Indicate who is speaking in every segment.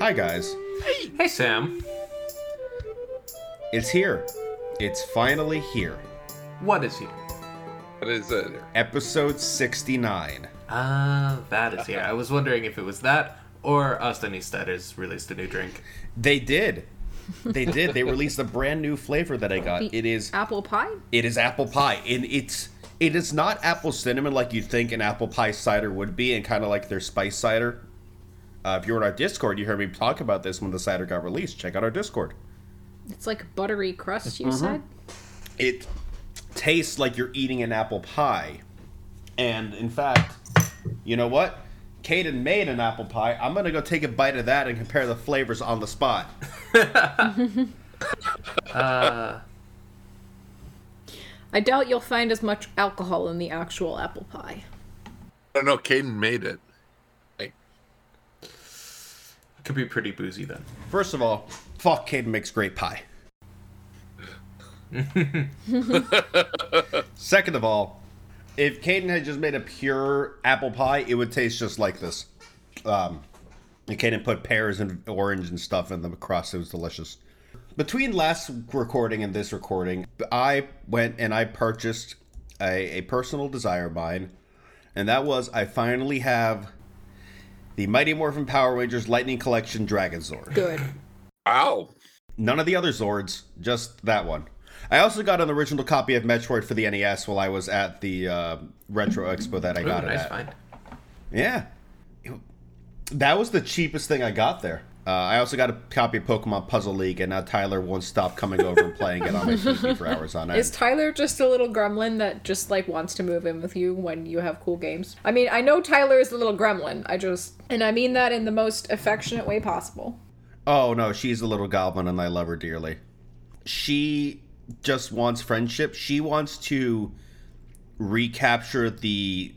Speaker 1: Hi, guys.
Speaker 2: Hey, Sam.
Speaker 1: It's here. It's finally here.
Speaker 2: What is here?
Speaker 3: What is it?
Speaker 1: Episode 69.
Speaker 2: Ah, that is here. I was wondering if it was that or Austin Esteda's released a new drink.
Speaker 1: They did. They did. They released a brand new flavor that I got. It is
Speaker 4: apple pie.
Speaker 1: it is apple pie. And it's it is not apple cinnamon like you'd think an apple pie cider would be, and kind of like their spice cider. Uh, if you were in our Discord, you heard me talk about this when the cider got released. Check out our Discord.
Speaker 4: It's like buttery crust. You said.
Speaker 1: it tastes like you're eating an apple pie. And in fact, you know what? Kaden made an apple pie. I'm gonna go take a bite of that and compare the flavors on the spot.
Speaker 4: I doubt you'll find as much alcohol in the actual apple pie.
Speaker 3: I don't know. Caden made it. Like,
Speaker 2: Could be pretty boozy then.
Speaker 1: First of all, fuck Kaden makes great pie. Second of all, if Kaden had just made a pure apple pie, it would taste just like this. Um, and Kaden put pears and orange and stuff in the crust. It was delicious. Between last recording and this recording, I went and I purchased a, a personal desire of mine, and that was I finally have the Mighty Morphin Power Rangers Lightning Collection Dragon Zord
Speaker 4: Good.
Speaker 3: wow.
Speaker 1: none of the other Zords, just that one. I also got an original copy of Metroid for the NES while I was at the uh, Retro Expo that I
Speaker 2: Ooh,
Speaker 1: got it
Speaker 2: nice
Speaker 1: at.
Speaker 2: find.
Speaker 1: Yeah, It- that was the cheapest thing I got there. Uh, I also got a copy of Pokemon Puzzle League, and now Tyler won't stop coming over and playing it on my TV for hours on end.
Speaker 4: Is Tyler just a little gremlin that just like wants to move in with you when you have cool games? I mean, I know Tyler is a little gremlin. I just and I mean that in the most affectionate way possible.
Speaker 1: Oh no, she's a little goblin and I love her dearly. She just wants friendship. She wants to recapture the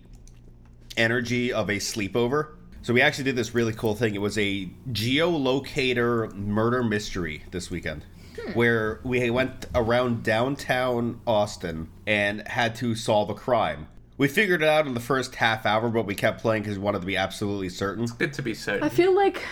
Speaker 1: energy of a sleepover. So we actually did this really cool thing. It was a geolocator murder mystery this weekend. Where we went around downtown Austin and had to solve a crime. We figured it out in the first half hour, but we kept playing because we wanted to be absolutely certain.
Speaker 2: Good to be certain.
Speaker 4: I feel like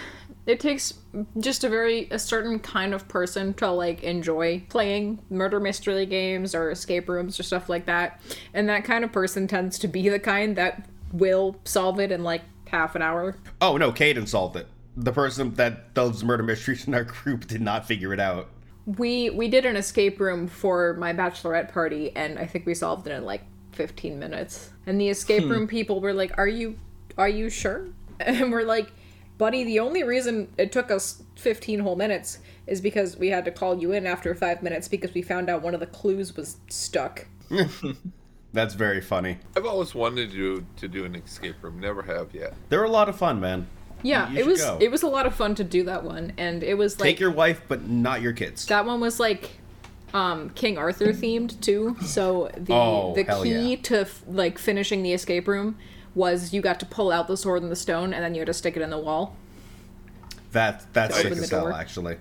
Speaker 4: it takes just a very a certain kind of person to like enjoy playing murder mystery games or escape rooms or stuff like that. And that kind of person tends to be the kind that will solve it in like half an hour.
Speaker 1: Oh no, Caden solved it. The person that does murder mysteries in our group did not figure it out.
Speaker 4: We we did an escape room for my bachelorette party and I think we solved it in like 15 minutes. And the escape
Speaker 1: Hmm.
Speaker 4: room people were like, "Are you are you sure?" And we're like, "Buddy, the only reason it took us 15 whole minutes is because we had to call you in after 5 minutes because we found out one of the clues was stuck."
Speaker 1: That's very funny.
Speaker 3: I've always wanted to to do an escape room. Never have yet.
Speaker 1: They're a lot of fun, man.
Speaker 4: Yeah,
Speaker 1: You
Speaker 4: it
Speaker 1: should
Speaker 4: was
Speaker 1: go.
Speaker 4: it was a lot of fun to do that one and it was like
Speaker 1: Take your wife, but not your kids.
Speaker 4: That one was like um, King Arthur themed too. So the
Speaker 1: Oh,
Speaker 4: the
Speaker 1: hell
Speaker 4: key
Speaker 1: yeah.
Speaker 4: to f- like finishing the escape room was you got to pull out the sword and the stone, and then you had to stick it in the wall.
Speaker 1: That that's
Speaker 4: To
Speaker 1: sick
Speaker 4: open
Speaker 1: as
Speaker 4: the
Speaker 1: hell,
Speaker 4: door.
Speaker 1: actually.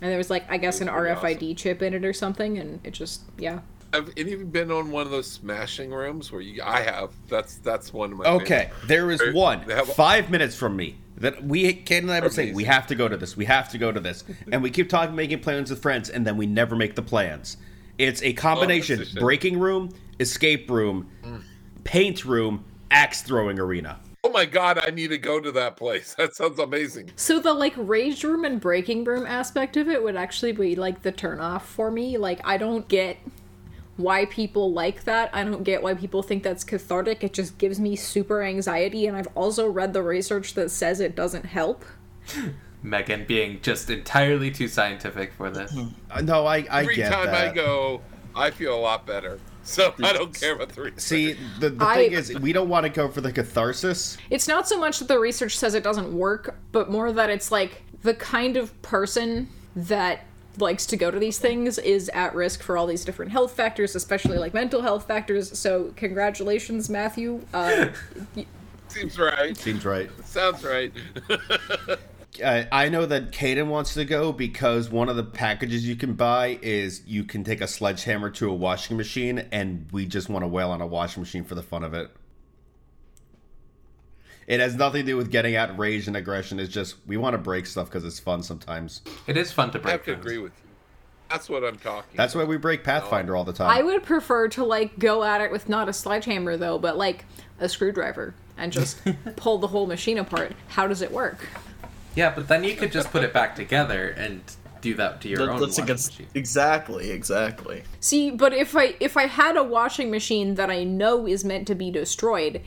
Speaker 4: And there was like I guess an
Speaker 3: Pretty awesome.
Speaker 4: RFID chip in it or something, and it just yeah.
Speaker 3: Have any of you been on one of those smashing rooms where you? I have. That's that's one of my.
Speaker 1: Okay, there is
Speaker 3: They-
Speaker 1: one
Speaker 3: they have-
Speaker 1: five minutes from me that we Caden and I were saying we
Speaker 3: Amazing.
Speaker 1: have to go to this. We have to go to this, and we keep talking, making plans with friends, and then we never make the plans.
Speaker 3: Oh,
Speaker 1: It's a combination:
Speaker 3: a shame.
Speaker 1: breaking room, escape room,
Speaker 3: Mm.
Speaker 1: paint room, axe throwing arena.
Speaker 3: Oh my god! I need to go to that place. That sounds amazing.
Speaker 4: So the like rage room and breaking room aspect of it would actually be like the turn off for me. Like I don't get why people like that. I don't get why people think that's cathartic. It just gives me super anxiety and I've also read the research that says it doesn't help.
Speaker 2: Megan being just entirely too scientific for this.
Speaker 1: Uh, No, I I
Speaker 3: Every
Speaker 1: get
Speaker 3: time
Speaker 1: that.
Speaker 3: I go, I feel a lot better. So I don't care about the research.
Speaker 1: See, the, the
Speaker 4: I-
Speaker 1: thing is, we don't want to go for the catharsis.
Speaker 4: It's not so much that the research says it doesn't work, but more that it's like the kind of person that likes to go to these things is at risk for all these different health factors, especially like mental health factors. So, congratulations, Matthew. Uh,
Speaker 3: Seems right.
Speaker 1: Seems right.
Speaker 3: Sounds right.
Speaker 1: I, Uh, I know that Kaden wants to go because one of the packages you can buy is you can take a sledgehammer to a washing machine, and we just want to wail on a washing machine for the fun of it. It has nothing to do with getting outraged and aggression. It's just we want to break stuff because it's fun sometimes.
Speaker 2: It is fun to
Speaker 3: I
Speaker 2: break.
Speaker 3: have to
Speaker 2: things.
Speaker 3: agree with you. That's what I'm talking.
Speaker 1: That's why we break Pathfinder all the time.
Speaker 4: I would prefer to like go at it with not a sledgehammer though, but like a screwdriver and just pull the whole machine apart. How does it work?
Speaker 2: Yeah, but then you could just put it back together and do that to your
Speaker 5: That-
Speaker 2: own.
Speaker 5: that's
Speaker 2: washing
Speaker 5: against
Speaker 2: machine.
Speaker 5: exactly, exactly.
Speaker 4: See, but if I if I had a washing machine that I know is meant to be destroyed,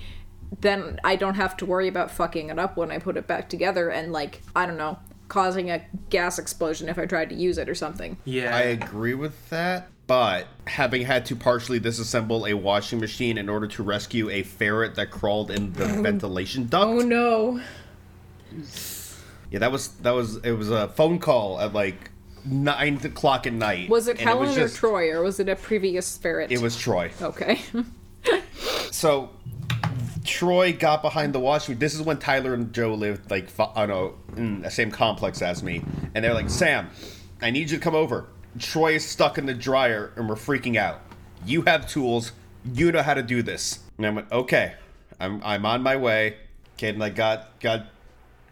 Speaker 4: then I don't have to worry about fucking it up when I put it back together and like, I don't know, causing a gas explosion if I tried to use it or something.
Speaker 2: Yeah.
Speaker 1: I agree with that, but having had to partially disassemble a washing machine in order to rescue a ferret that crawled in the ventilation duct.
Speaker 4: Oh no.
Speaker 1: Yeah, that was that was it was a phone call at like nine o'clock at night.
Speaker 4: Was it
Speaker 1: and
Speaker 4: Helen
Speaker 1: was
Speaker 4: or
Speaker 1: just-
Speaker 4: Troy or was it a previous ferret?
Speaker 1: It was Troy.
Speaker 4: Okay.
Speaker 1: So Troy got behind the washing. This is when Tyler and Joe lived like fi- I don't know in the same complex as me, and they're like, "Sam, I need you to come over." Troy is stuck in the dryer, and we're freaking out. You have tools. You know how to do this. And I'm like, "Okay, I'm I'm on my way." Okay, and I got got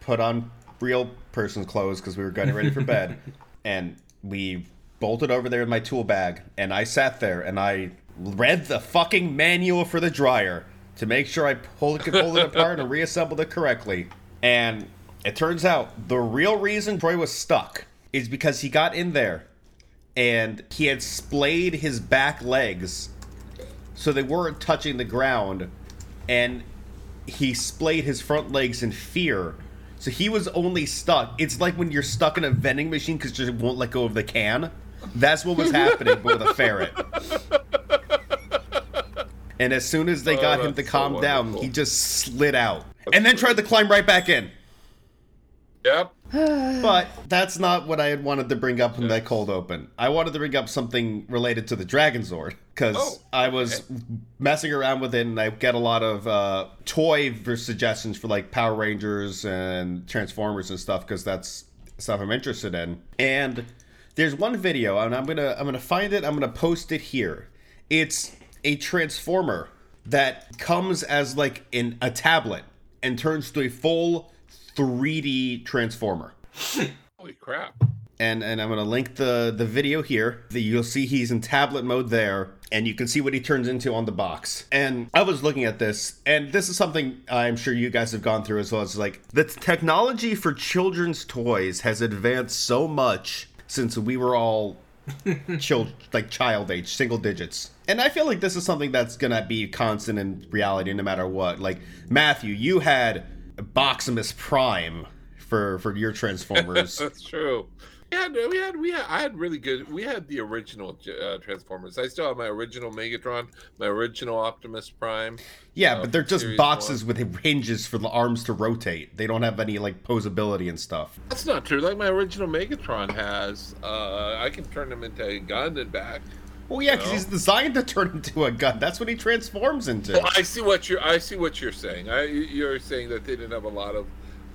Speaker 1: put on real person's clothes because we were getting ready for bed, and we bolted over there in my tool bag, and I sat there and I read the fucking manual for the dryer to make sure I pull, could pull it apart and reassemble it correctly. And it turns out the real reason Troy was stuck is because he got in there and he had splayed his back legs so they weren't touching the ground and he splayed his front legs in fear so he was only stuck it's like when you're stuck in a vending machine because you won't let go of the can that's what was happening but with a ferret and as soon as they
Speaker 3: Oh,
Speaker 1: got him to
Speaker 3: that's so
Speaker 1: calm down
Speaker 3: wonderful.
Speaker 1: he just slid out and then tried to climb right back in
Speaker 3: Yep.
Speaker 1: but that's not what I had wanted to bring up in that cold open. I wanted to bring up something related to the Dragon Zord because
Speaker 3: Oh,
Speaker 1: I was messing around with it, and I get a lot of uh, toy ver- suggestions for like Power Rangers and Transformers and stuff because that's stuff I'm interested in. And there's one video, and I'm gonna I'm gonna find it. I'm gonna post it here. It's a transformer that comes as like in a tablet and turns to a full 3D transformer
Speaker 3: Holy crap.
Speaker 1: and and I'm gonna link the the video here. The, you'll see he's in tablet mode there, and you can see what he turns into on the box. And I was looking at this, and this is something I'm sure you guys have gone through as well. It's like the technology for children's toys has advanced so much since we were all child like child age single digits and i feel like this is something that's gonna be constant in reality no matter what like matthew you had boximus prime for for your transformers
Speaker 3: That's true. Yeah, no, we had we had I had really good. We had the original uh, Transformers. I still have my original Megatron, my original Optimus Prime.
Speaker 1: Yeah,
Speaker 3: uh,
Speaker 1: but they're just
Speaker 3: Series
Speaker 1: boxes with hinges for the arms to rotate. They don't have any like posability and stuff.
Speaker 3: That's not true. Like my original Megatron has, uh, I can turn him into a gun and back.
Speaker 1: Well, yeah, because
Speaker 3: No.
Speaker 1: he's designed to turn into a gun. That's what he transforms into.
Speaker 3: Well, I see what you're. I see what you're saying. I, you're saying that they didn't have a lot of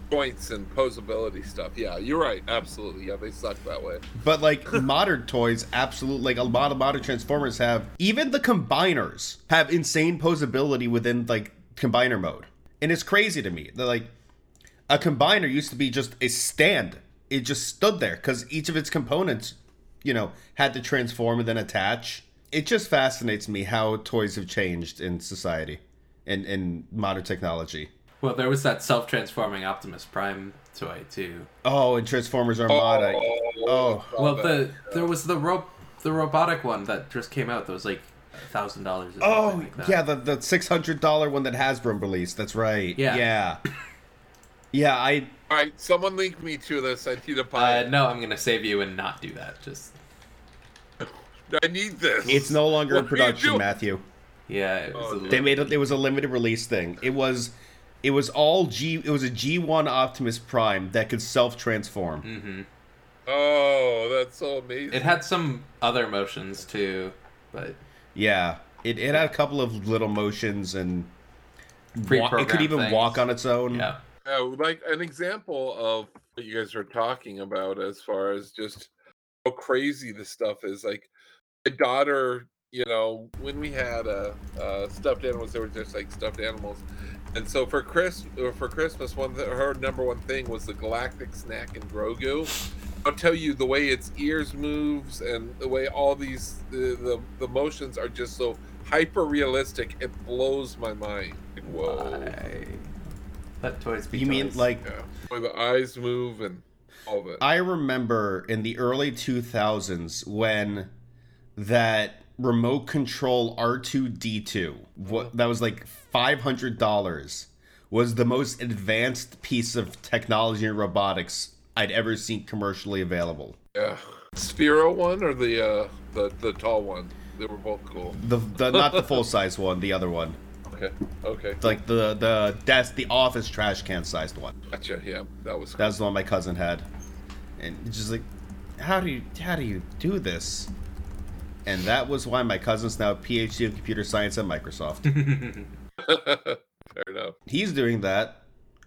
Speaker 3: points and posability stuff. Yeah, you're right. Absolutely. Yeah, they suck that way.
Speaker 1: But like modern toys, absolute like a lot of modern transformers have. Even the combiners have insane posability within like combiner mode, and it's crazy to me. They're like a combiner used to be just a stand. It just stood there because each of its components, you know, had to transform and then attach. It just fascinates me how toys have changed in society and in modern technology.
Speaker 2: Well, there was that self-transforming Optimus Prime toy too.
Speaker 1: Oh, and Transformers Armada. Oh,
Speaker 2: Well, the there was the ro- the robotic one that just came out that was like thousand dollars.
Speaker 1: Oh
Speaker 2: like that.
Speaker 1: yeah, the the six hundred dollar one that Hasbro released. That's right.
Speaker 2: Yeah.
Speaker 1: yeah, yeah. I
Speaker 3: All right, someone link me to this. I need a buy.
Speaker 2: Uh,
Speaker 3: it.
Speaker 2: no, I'm gonna save you and not do that. Just
Speaker 3: I need this.
Speaker 1: it's no longer in
Speaker 3: What are you
Speaker 1: production,
Speaker 3: doing?
Speaker 1: Matthew.
Speaker 2: yeah, it was
Speaker 3: Oh,
Speaker 2: a little-
Speaker 1: They made it. It was a limited release thing. It was, it was all G. It was a G one Optimus Prime that could self transform.
Speaker 2: Mm.
Speaker 3: Oh, that's so amazing.
Speaker 2: It had some other motions too, but
Speaker 1: Yeah, it it had a couple of little motions and walk, it could
Speaker 2: pre-programmed
Speaker 1: even
Speaker 2: things.
Speaker 1: walk on its own.
Speaker 2: Yeah,
Speaker 3: Yeah, like an example of what you guys are talking about as far as just how crazy this stuff is. Like my daughter you know, when we had uh, uh, stuffed animals, they were just like stuffed animals. And so for Chris, or for Christmas, one th- her number one thing was the Galactic Snack and Grogu. I'll tell you the way its ears moves and the way all these the the, the motions are just so hyper realistic. It blows my mind. Like, whoa!
Speaker 2: Let toys be
Speaker 1: You mean
Speaker 2: toys.
Speaker 1: like
Speaker 3: Yeah, the way the eyes move and all of it.
Speaker 1: I remember in the early 2000s when that remote control R2D2 what that was like $500 was the most advanced piece of technology and robotics I'd ever seen commercially available.
Speaker 3: yeah, Sphero one or the uh, the the tall one. They were both cool.
Speaker 1: The, the not the full size one, the other one.
Speaker 3: Okay, okay,
Speaker 1: Like the the desk the office trash can sized one.
Speaker 3: gotcha. Yeah, that was cool.
Speaker 1: That was the one my cousin had, and it's just like, how do you how do you do this? And that was why my cousin's now a PhD in computer science at Microsoft.
Speaker 3: fair enough.
Speaker 1: He's doing that,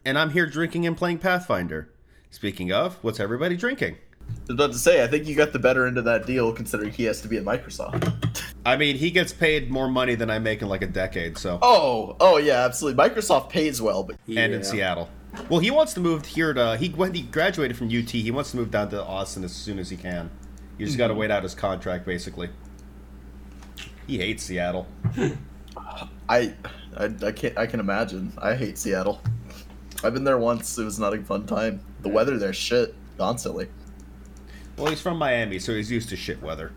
Speaker 1: and I'm here drinking and playing Pathfinder. Speaking of, what's everybody drinking?
Speaker 5: I was about to say, I think you got the better end of that deal considering he has to be at Microsoft.
Speaker 1: I mean, he gets paid more money than I make in like a decade, so
Speaker 5: Oh, oh yeah, absolutely. Microsoft pays well, but
Speaker 1: and in Seattle. Well, he wants to move here to he when he graduated from UT, he wants to move down to Austin as soon as he can. You just got to wait out his contract, basically. He hates Seattle.
Speaker 5: I, I, I can I can imagine. I hate Seattle. I've been there once. It was not a fun time. The weather there's shit constantly.
Speaker 1: Well, he's from Miami, so he's used to shit weather.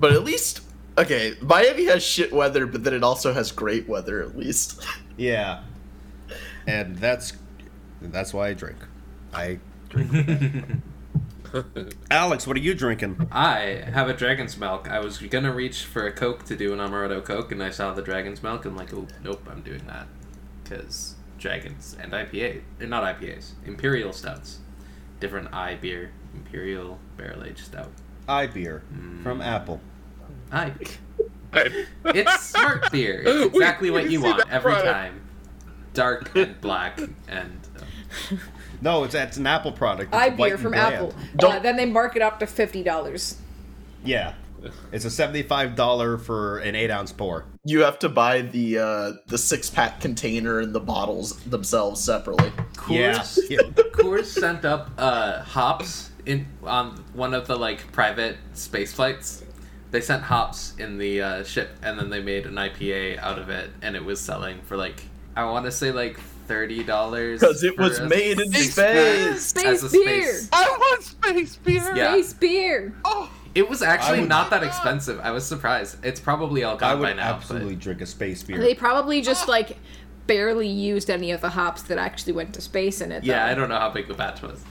Speaker 5: But at least okay, Miami has shit weather, but then it also has great weather at least.
Speaker 1: Yeah, and that's that's why I drink. I drink. Alex, what are you drinking?
Speaker 2: I have a dragon's milk. I was gonna reach for a coke to do an amaretto coke, and I saw the dragon's milk, and like, oh nope, I'm doing that, because dragons and IPA, or uh, not IPAs, imperial stouts, different I beer, imperial barrel aged stout.
Speaker 1: I beer from Apple.
Speaker 2: I,
Speaker 3: I-
Speaker 2: it's smart beer. It's
Speaker 3: We-
Speaker 2: exactly what
Speaker 3: we
Speaker 2: you
Speaker 3: see
Speaker 2: want
Speaker 3: that
Speaker 2: every
Speaker 3: product.
Speaker 2: time. Dark and black and. uh,
Speaker 1: No, it's that's an Apple product. It's
Speaker 4: I
Speaker 1: white
Speaker 4: beer
Speaker 1: and
Speaker 4: from
Speaker 1: bland.
Speaker 4: Apple. Uh,
Speaker 5: Don't-
Speaker 4: then they mark it up to fifty dollars.
Speaker 1: Yeah, it's a seventy-five dollar for an eight-ounce pour.
Speaker 5: You have to buy the uh, the six pack container and the bottles themselves separately.
Speaker 2: Coors,
Speaker 1: Yeah.
Speaker 2: Coors sent up uh, hops in on one of the like private space flights. They sent hops in the uh, ship, and then they made an IPA out of it, and it was selling for like I want to say like thirty dollars
Speaker 5: Because it was made in space.
Speaker 2: as a
Speaker 4: Space beer.
Speaker 2: space.
Speaker 3: I want space beer.
Speaker 2: Yeah.
Speaker 4: Space beer.
Speaker 3: Oh,
Speaker 2: It was actually
Speaker 1: I would-
Speaker 2: not that expensive. I was surprised. It's probably all
Speaker 1: I
Speaker 2: gone
Speaker 1: would
Speaker 2: by now.
Speaker 1: absolutely drink a space beer.
Speaker 4: They probably just like barely used any of the hops that actually went to space in it.
Speaker 2: But, yeah,
Speaker 4: though.
Speaker 2: I don't know how big the batch was.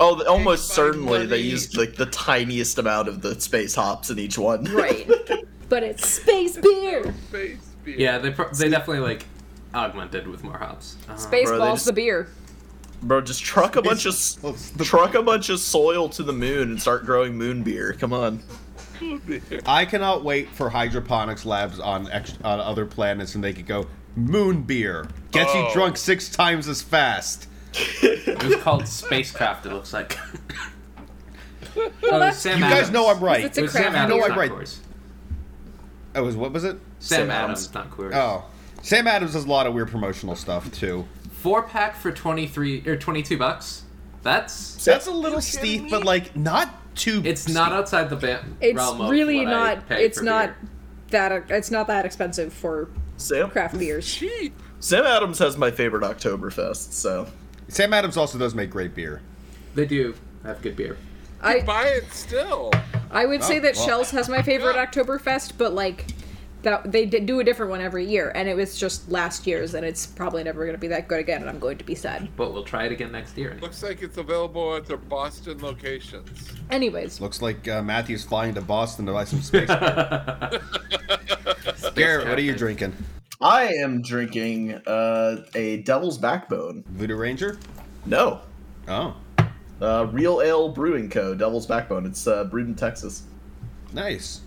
Speaker 5: Oh, th- almost
Speaker 3: Everybody
Speaker 5: certainly they
Speaker 3: bloody-
Speaker 5: used like the tiniest amount of the space hops in each one.
Speaker 4: Right. but it's space beer.
Speaker 3: space beer.
Speaker 2: Yeah, they pro- they definitely like augmented with more hops. Uh,
Speaker 4: Space
Speaker 5: Bro, they
Speaker 4: balls
Speaker 5: just-
Speaker 4: the beer.
Speaker 5: Bro, just truck a bunch of s-
Speaker 1: It's the-
Speaker 5: truck a bunch of soil to the moon and start growing moon beer. Come on.
Speaker 3: Food beer.
Speaker 1: I cannot wait for hydroponics labs on ex- on other planets, and they could go moon beer gets you
Speaker 3: Oh.
Speaker 1: drunk six times as fast.
Speaker 2: It was called spacecraft. It looks like.
Speaker 1: You guys know I'm right.
Speaker 4: It's
Speaker 2: It
Speaker 4: a
Speaker 2: was
Speaker 4: craft
Speaker 2: Sam Adams,
Speaker 1: beer.
Speaker 2: not
Speaker 1: Right.
Speaker 2: Coors.
Speaker 1: It was what was it?
Speaker 2: Sam,
Speaker 5: Sam
Speaker 2: Adams,
Speaker 5: Adams.
Speaker 2: not Coors.
Speaker 1: Oh, Sam Adams does a lot of weird promotional stuff too.
Speaker 2: Four pack for twenty three or twenty two bucks. That's
Speaker 1: That's a little steep, but like not too.
Speaker 2: it's
Speaker 1: steep.
Speaker 2: not outside the ba-
Speaker 4: It's
Speaker 2: realm of
Speaker 4: really
Speaker 2: what I
Speaker 4: not.
Speaker 2: pay
Speaker 4: It's
Speaker 2: for
Speaker 4: not
Speaker 2: beer.
Speaker 4: that. It's not that expensive for
Speaker 5: Sam
Speaker 4: craft beers.
Speaker 3: Cheap.
Speaker 5: Sam Adams has my favorite Oktoberfest, so
Speaker 1: Sam Adams also does make great beer.
Speaker 2: They do have good beer.
Speaker 4: I
Speaker 3: Buy it still.
Speaker 4: I would say
Speaker 1: Oh,
Speaker 4: that
Speaker 1: well.
Speaker 4: Shells has my favorite Oktoberfest, but like that they did do a different one every year, and it was just last year's, and it's probably never going to be that good again, and I'm going to be sad.
Speaker 2: But we'll try it again next year.
Speaker 3: Looks like it's available at their Boston locations.
Speaker 4: Anyways,
Speaker 1: Looks like uh, Matthew's flying to Boston to buy some space. beer. Garrett, what are you
Speaker 2: Captain.
Speaker 1: drinking?
Speaker 5: I am drinking uh, a Devil's Backbone.
Speaker 1: Voodoo Ranger?
Speaker 5: No,
Speaker 1: Oh,
Speaker 5: uh, Real Ale Brewing Co. Devil's Backbone. It's uh, brewed in Texas.
Speaker 1: nice.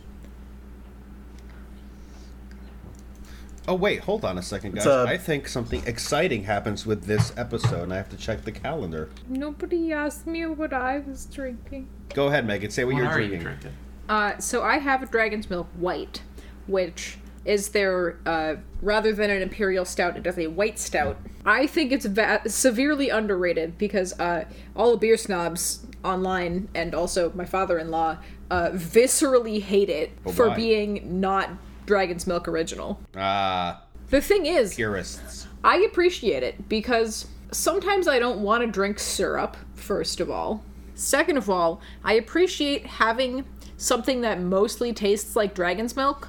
Speaker 1: Oh wait, hold on a second, guys.
Speaker 5: It's, uh,
Speaker 1: I think something exciting happens with this episode, and I have to check the calendar.
Speaker 4: nobody asked me what I was drinking.
Speaker 1: Go ahead, Megan. Say what
Speaker 2: What
Speaker 1: you're
Speaker 2: are
Speaker 1: drinking.
Speaker 2: you drinking?
Speaker 4: Uh, so I have a Dragon's Milk White, which is their uh, rather than an imperial stout, it is a white stout. I think it's va- severely underrated because uh, all the beer snobs online and also my father-in-law uh, viscerally hate it
Speaker 1: Oh,
Speaker 4: for
Speaker 1: why?
Speaker 4: being not Dragon's Milk original.
Speaker 1: Ah,
Speaker 4: The thing is,
Speaker 1: purists.
Speaker 4: I appreciate it because sometimes I don't want to drink syrup, first of all. Second of all, I appreciate having something that mostly tastes like dragon's milk,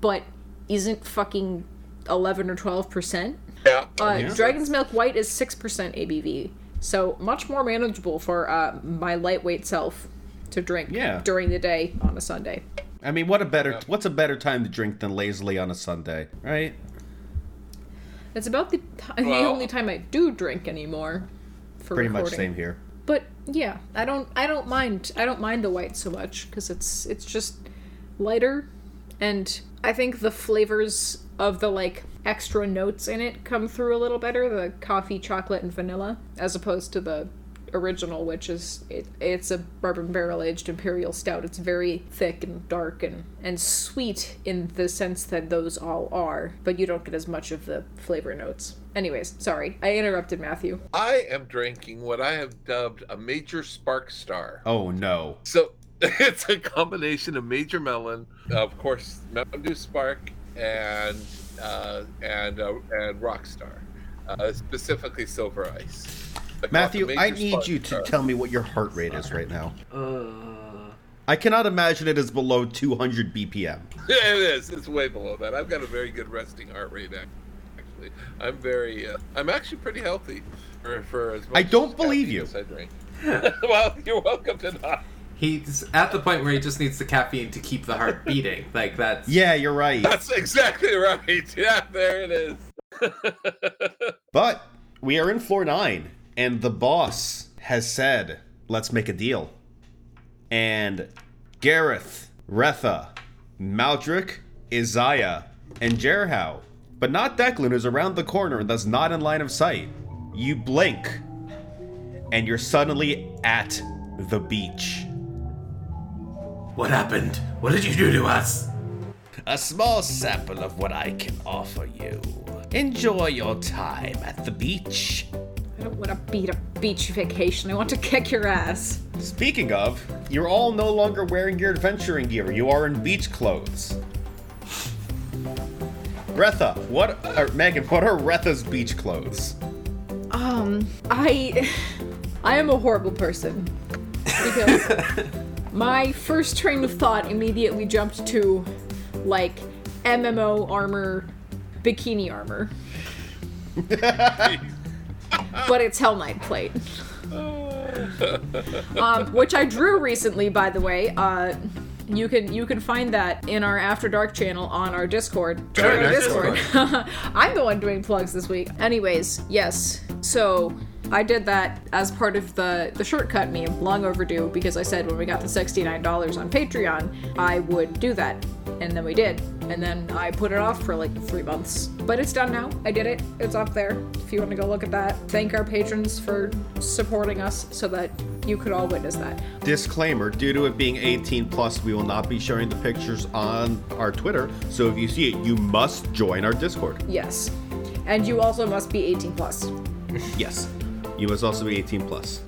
Speaker 4: but isn't fucking 11 or 12%.
Speaker 3: Yeah.
Speaker 4: Uh, Dragon's Milk White is 6% ABV, so much more manageable for uh, my lightweight self to drink
Speaker 1: Yeah.
Speaker 4: during the day on a Sunday.
Speaker 1: I mean, what a better what's a better time to drink than lazily on a Sunday, right?
Speaker 4: That's about the, t- the
Speaker 3: Well-
Speaker 4: only time I do drink anymore. For
Speaker 1: Pretty much
Speaker 4: recording.
Speaker 1: same here.
Speaker 4: but yeah i don't i don't mind i don't mind the white so much because it's it's just lighter and i think the flavors of the like extra notes in it come through a little better the coffee chocolate and vanilla as opposed to the original which is it, it's a bourbon barrel aged imperial stout it's very thick and dark and and sweet in the sense that those all are but you don't get as much of the flavor notes anyways sorry i interrupted matthew
Speaker 3: I am drinking what I have dubbed a major spark star.
Speaker 1: Oh no.
Speaker 3: So it's a combination of major melon, of course, Mountain Dew Spark, and uh, and uh, and Rockstar, uh, specifically Silver Ice. I call it the
Speaker 1: Matthew,
Speaker 3: Major
Speaker 1: I need
Speaker 3: Spark
Speaker 1: you to
Speaker 3: Star.
Speaker 1: tell me what your heart rate is right now.
Speaker 2: Uh,
Speaker 1: I cannot imagine it is below 200 BPM.
Speaker 3: Yeah, it is. It's way below that. I've got a very good resting heart rate. ac- Actually, I'm very. Uh, I'm actually pretty healthy. For, for as much
Speaker 1: I don't
Speaker 3: as
Speaker 1: believe
Speaker 3: caffeine
Speaker 1: you.
Speaker 3: as I drink. well, you're welcome to not.
Speaker 2: he's at the point where he just needs the caffeine to keep the heart beating. Like that's
Speaker 1: Yeah, you're right.
Speaker 3: That's exactly right. Yeah, there it is.
Speaker 1: But we are in floor nine, and the boss has said, let's make a deal. And Gareth, Retha, Maldrick, Isaiah, and Jerhow. But not Declan, who's around the corner and thus not in line of sight. You blink, and you're suddenly at the beach.
Speaker 2: What happened? What did you do to us?
Speaker 1: A small sample of what I can offer you. Enjoy your time at the beach.
Speaker 4: I don't want to beat Oh, a beach vacation. I want to kick your ass.
Speaker 1: Speaking of, you're all no longer wearing your adventuring gear. You are in beach clothes. Retha, what are Megan, what are Retha's beach clothes?
Speaker 4: Um, I, I am a horrible person because my first train of thought immediately jumped to, like, MMO armor, bikini armor. but it's Hell Knight plate. um, which I drew recently, by the way. Uh, you can you can find that in our After Dark channel on our Discord.
Speaker 2: Join our
Speaker 4: I'm the one doing plugs this week. Anyways, yes. So I did that as part of the the shortcut meme, long overdue, because I said when we got the $69 on Patreon, I would do that. And then we did. And then I put it off for like three months. But it's done now. I did it. It's up there. If you want to go look at that, thank our patrons for supporting us so that you could all witness that.
Speaker 1: Disclaimer, due to it being 18 plus, we will not be sharing the pictures on our Twitter, so if you see it, you must join our Discord.
Speaker 4: Yes. And you also must be 18 plus.
Speaker 1: Yes. You must also be 18 plus.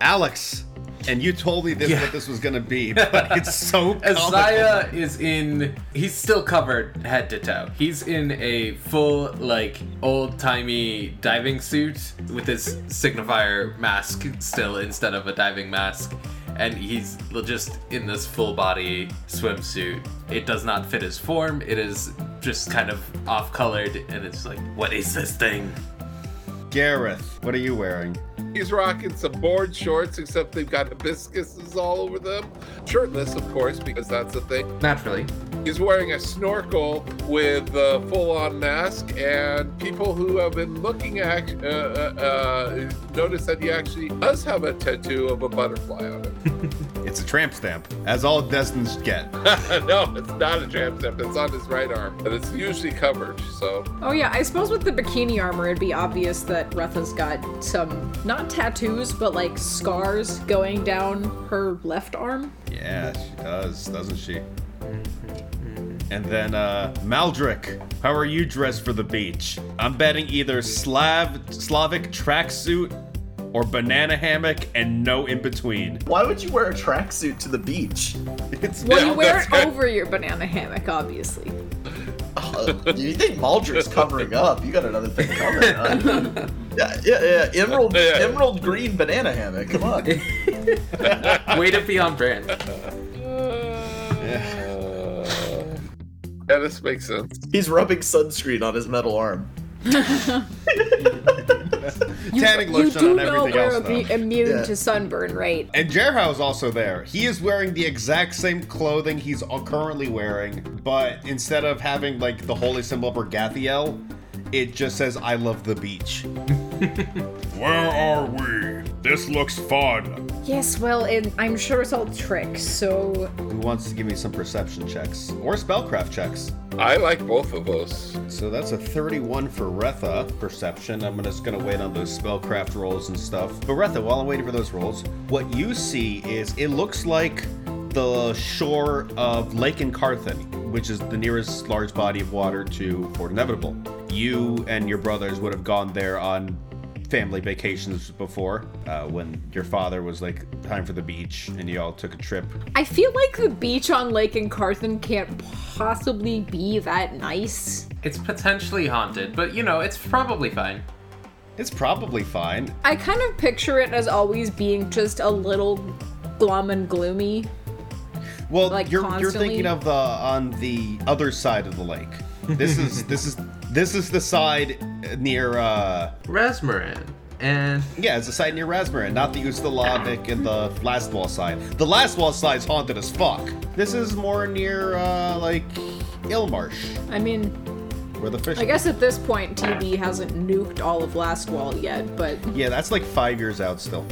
Speaker 1: Alex, and you told me this what this was gonna be, but it's so
Speaker 2: Oh
Speaker 1: complicated.
Speaker 2: Isaiah is in. He's still covered head to toe. He's in a full, like, old timey diving suit with his signifier mask still instead of a diving mask. And he's l- just in this full body swimsuit. It does not fit his form. It is just kind of off colored, and it's like, what is this thing?
Speaker 1: Gareth, what are you wearing?
Speaker 3: He's rocking some board shorts, except they've got hibiscuses all over them. Shirtless, of course, because that's the thing.
Speaker 2: Naturally.
Speaker 3: He's wearing a snorkel with a full-on mask, and people who have been looking at uh, uh, uh, notice that he actually does have a tattoo of a butterfly on it.
Speaker 1: It's a tramp stamp, as all Destins get.
Speaker 3: no, it's not a tramp stamp. It's on his right arm, and it's usually covered. So
Speaker 4: Oh yeah, I suppose with the bikini armor, it'd be obvious that Retha's got some not tattoos, but like scars going down her left arm.
Speaker 1: Yeah, she does, doesn't she? And then, uh, Maldrick, how are you dressed for the beach? I'm betting either Slav, Slavic tracksuit or banana hammock and no in between.
Speaker 5: Why would you wear a tracksuit to the beach?
Speaker 1: It's
Speaker 4: Well,
Speaker 3: Yeah,
Speaker 4: you wear
Speaker 3: that's
Speaker 4: it
Speaker 3: good.
Speaker 4: over your banana hammock, obviously.
Speaker 5: Uh, you think Maldrick's covering up? You got another thing coming. huh? yeah, yeah, yeah. Emerald,
Speaker 3: Yeah.
Speaker 5: emerald green banana hammock. Come on.
Speaker 2: Way to be on brand.
Speaker 3: yeah, uh, this makes sense.
Speaker 5: He's rubbing sunscreen on his metal arm.
Speaker 1: tanning
Speaker 4: You
Speaker 1: lotion
Speaker 4: do
Speaker 1: on
Speaker 4: know
Speaker 1: everything
Speaker 4: we're
Speaker 1: else,
Speaker 4: immu-
Speaker 1: though.
Speaker 4: immune
Speaker 5: Yeah.
Speaker 4: to sunburn, right?
Speaker 1: And Jerhow's also there. He is wearing the exact same clothing he's all- currently wearing, but instead of having, like, the holy symbol of Ergathiel, it just says, I love the beach. Where are we? This looks fun.
Speaker 4: Yes, well, and I'm sure it's all tricks. So
Speaker 1: Who wants to give me some perception checks or spellcraft checks?
Speaker 3: I like both of those.
Speaker 1: So that's a 31 for Retha perception. I'm just going to wait on those spellcraft rolls and stuff. But Retha, while I'm waiting for those rolls, what you see is it looks like the shore of Lake Incarthen, which is the nearest large body of water to Fort Inevitable. You and your brothers would have gone there on family vacations before uh, when your father was like time for the beach and you all took a trip
Speaker 4: I feel like the beach on Lake Incarthen can't possibly be that nice.
Speaker 2: It's potentially haunted, but you know, it's probably fine.
Speaker 1: it's probably fine
Speaker 4: I kind of picture it as always being just a little glum and gloomy.
Speaker 1: Well,
Speaker 4: like,
Speaker 1: you're you're
Speaker 4: constantly?
Speaker 1: thinking of the on the other side of the lake. This is this is this is the side near uh
Speaker 2: Resmarin. And
Speaker 1: yeah, it's the side near Rasmarin, not the Ustalavic and the Last Wall side. The Last Wall side's haunted as fuck. This is more near uh like Ilmarsh,
Speaker 4: I mean,
Speaker 1: where the fish.
Speaker 4: I guess at this point, TB hasn't nuked all of Last Wall yet, but
Speaker 1: Yeah, that's like five years out still.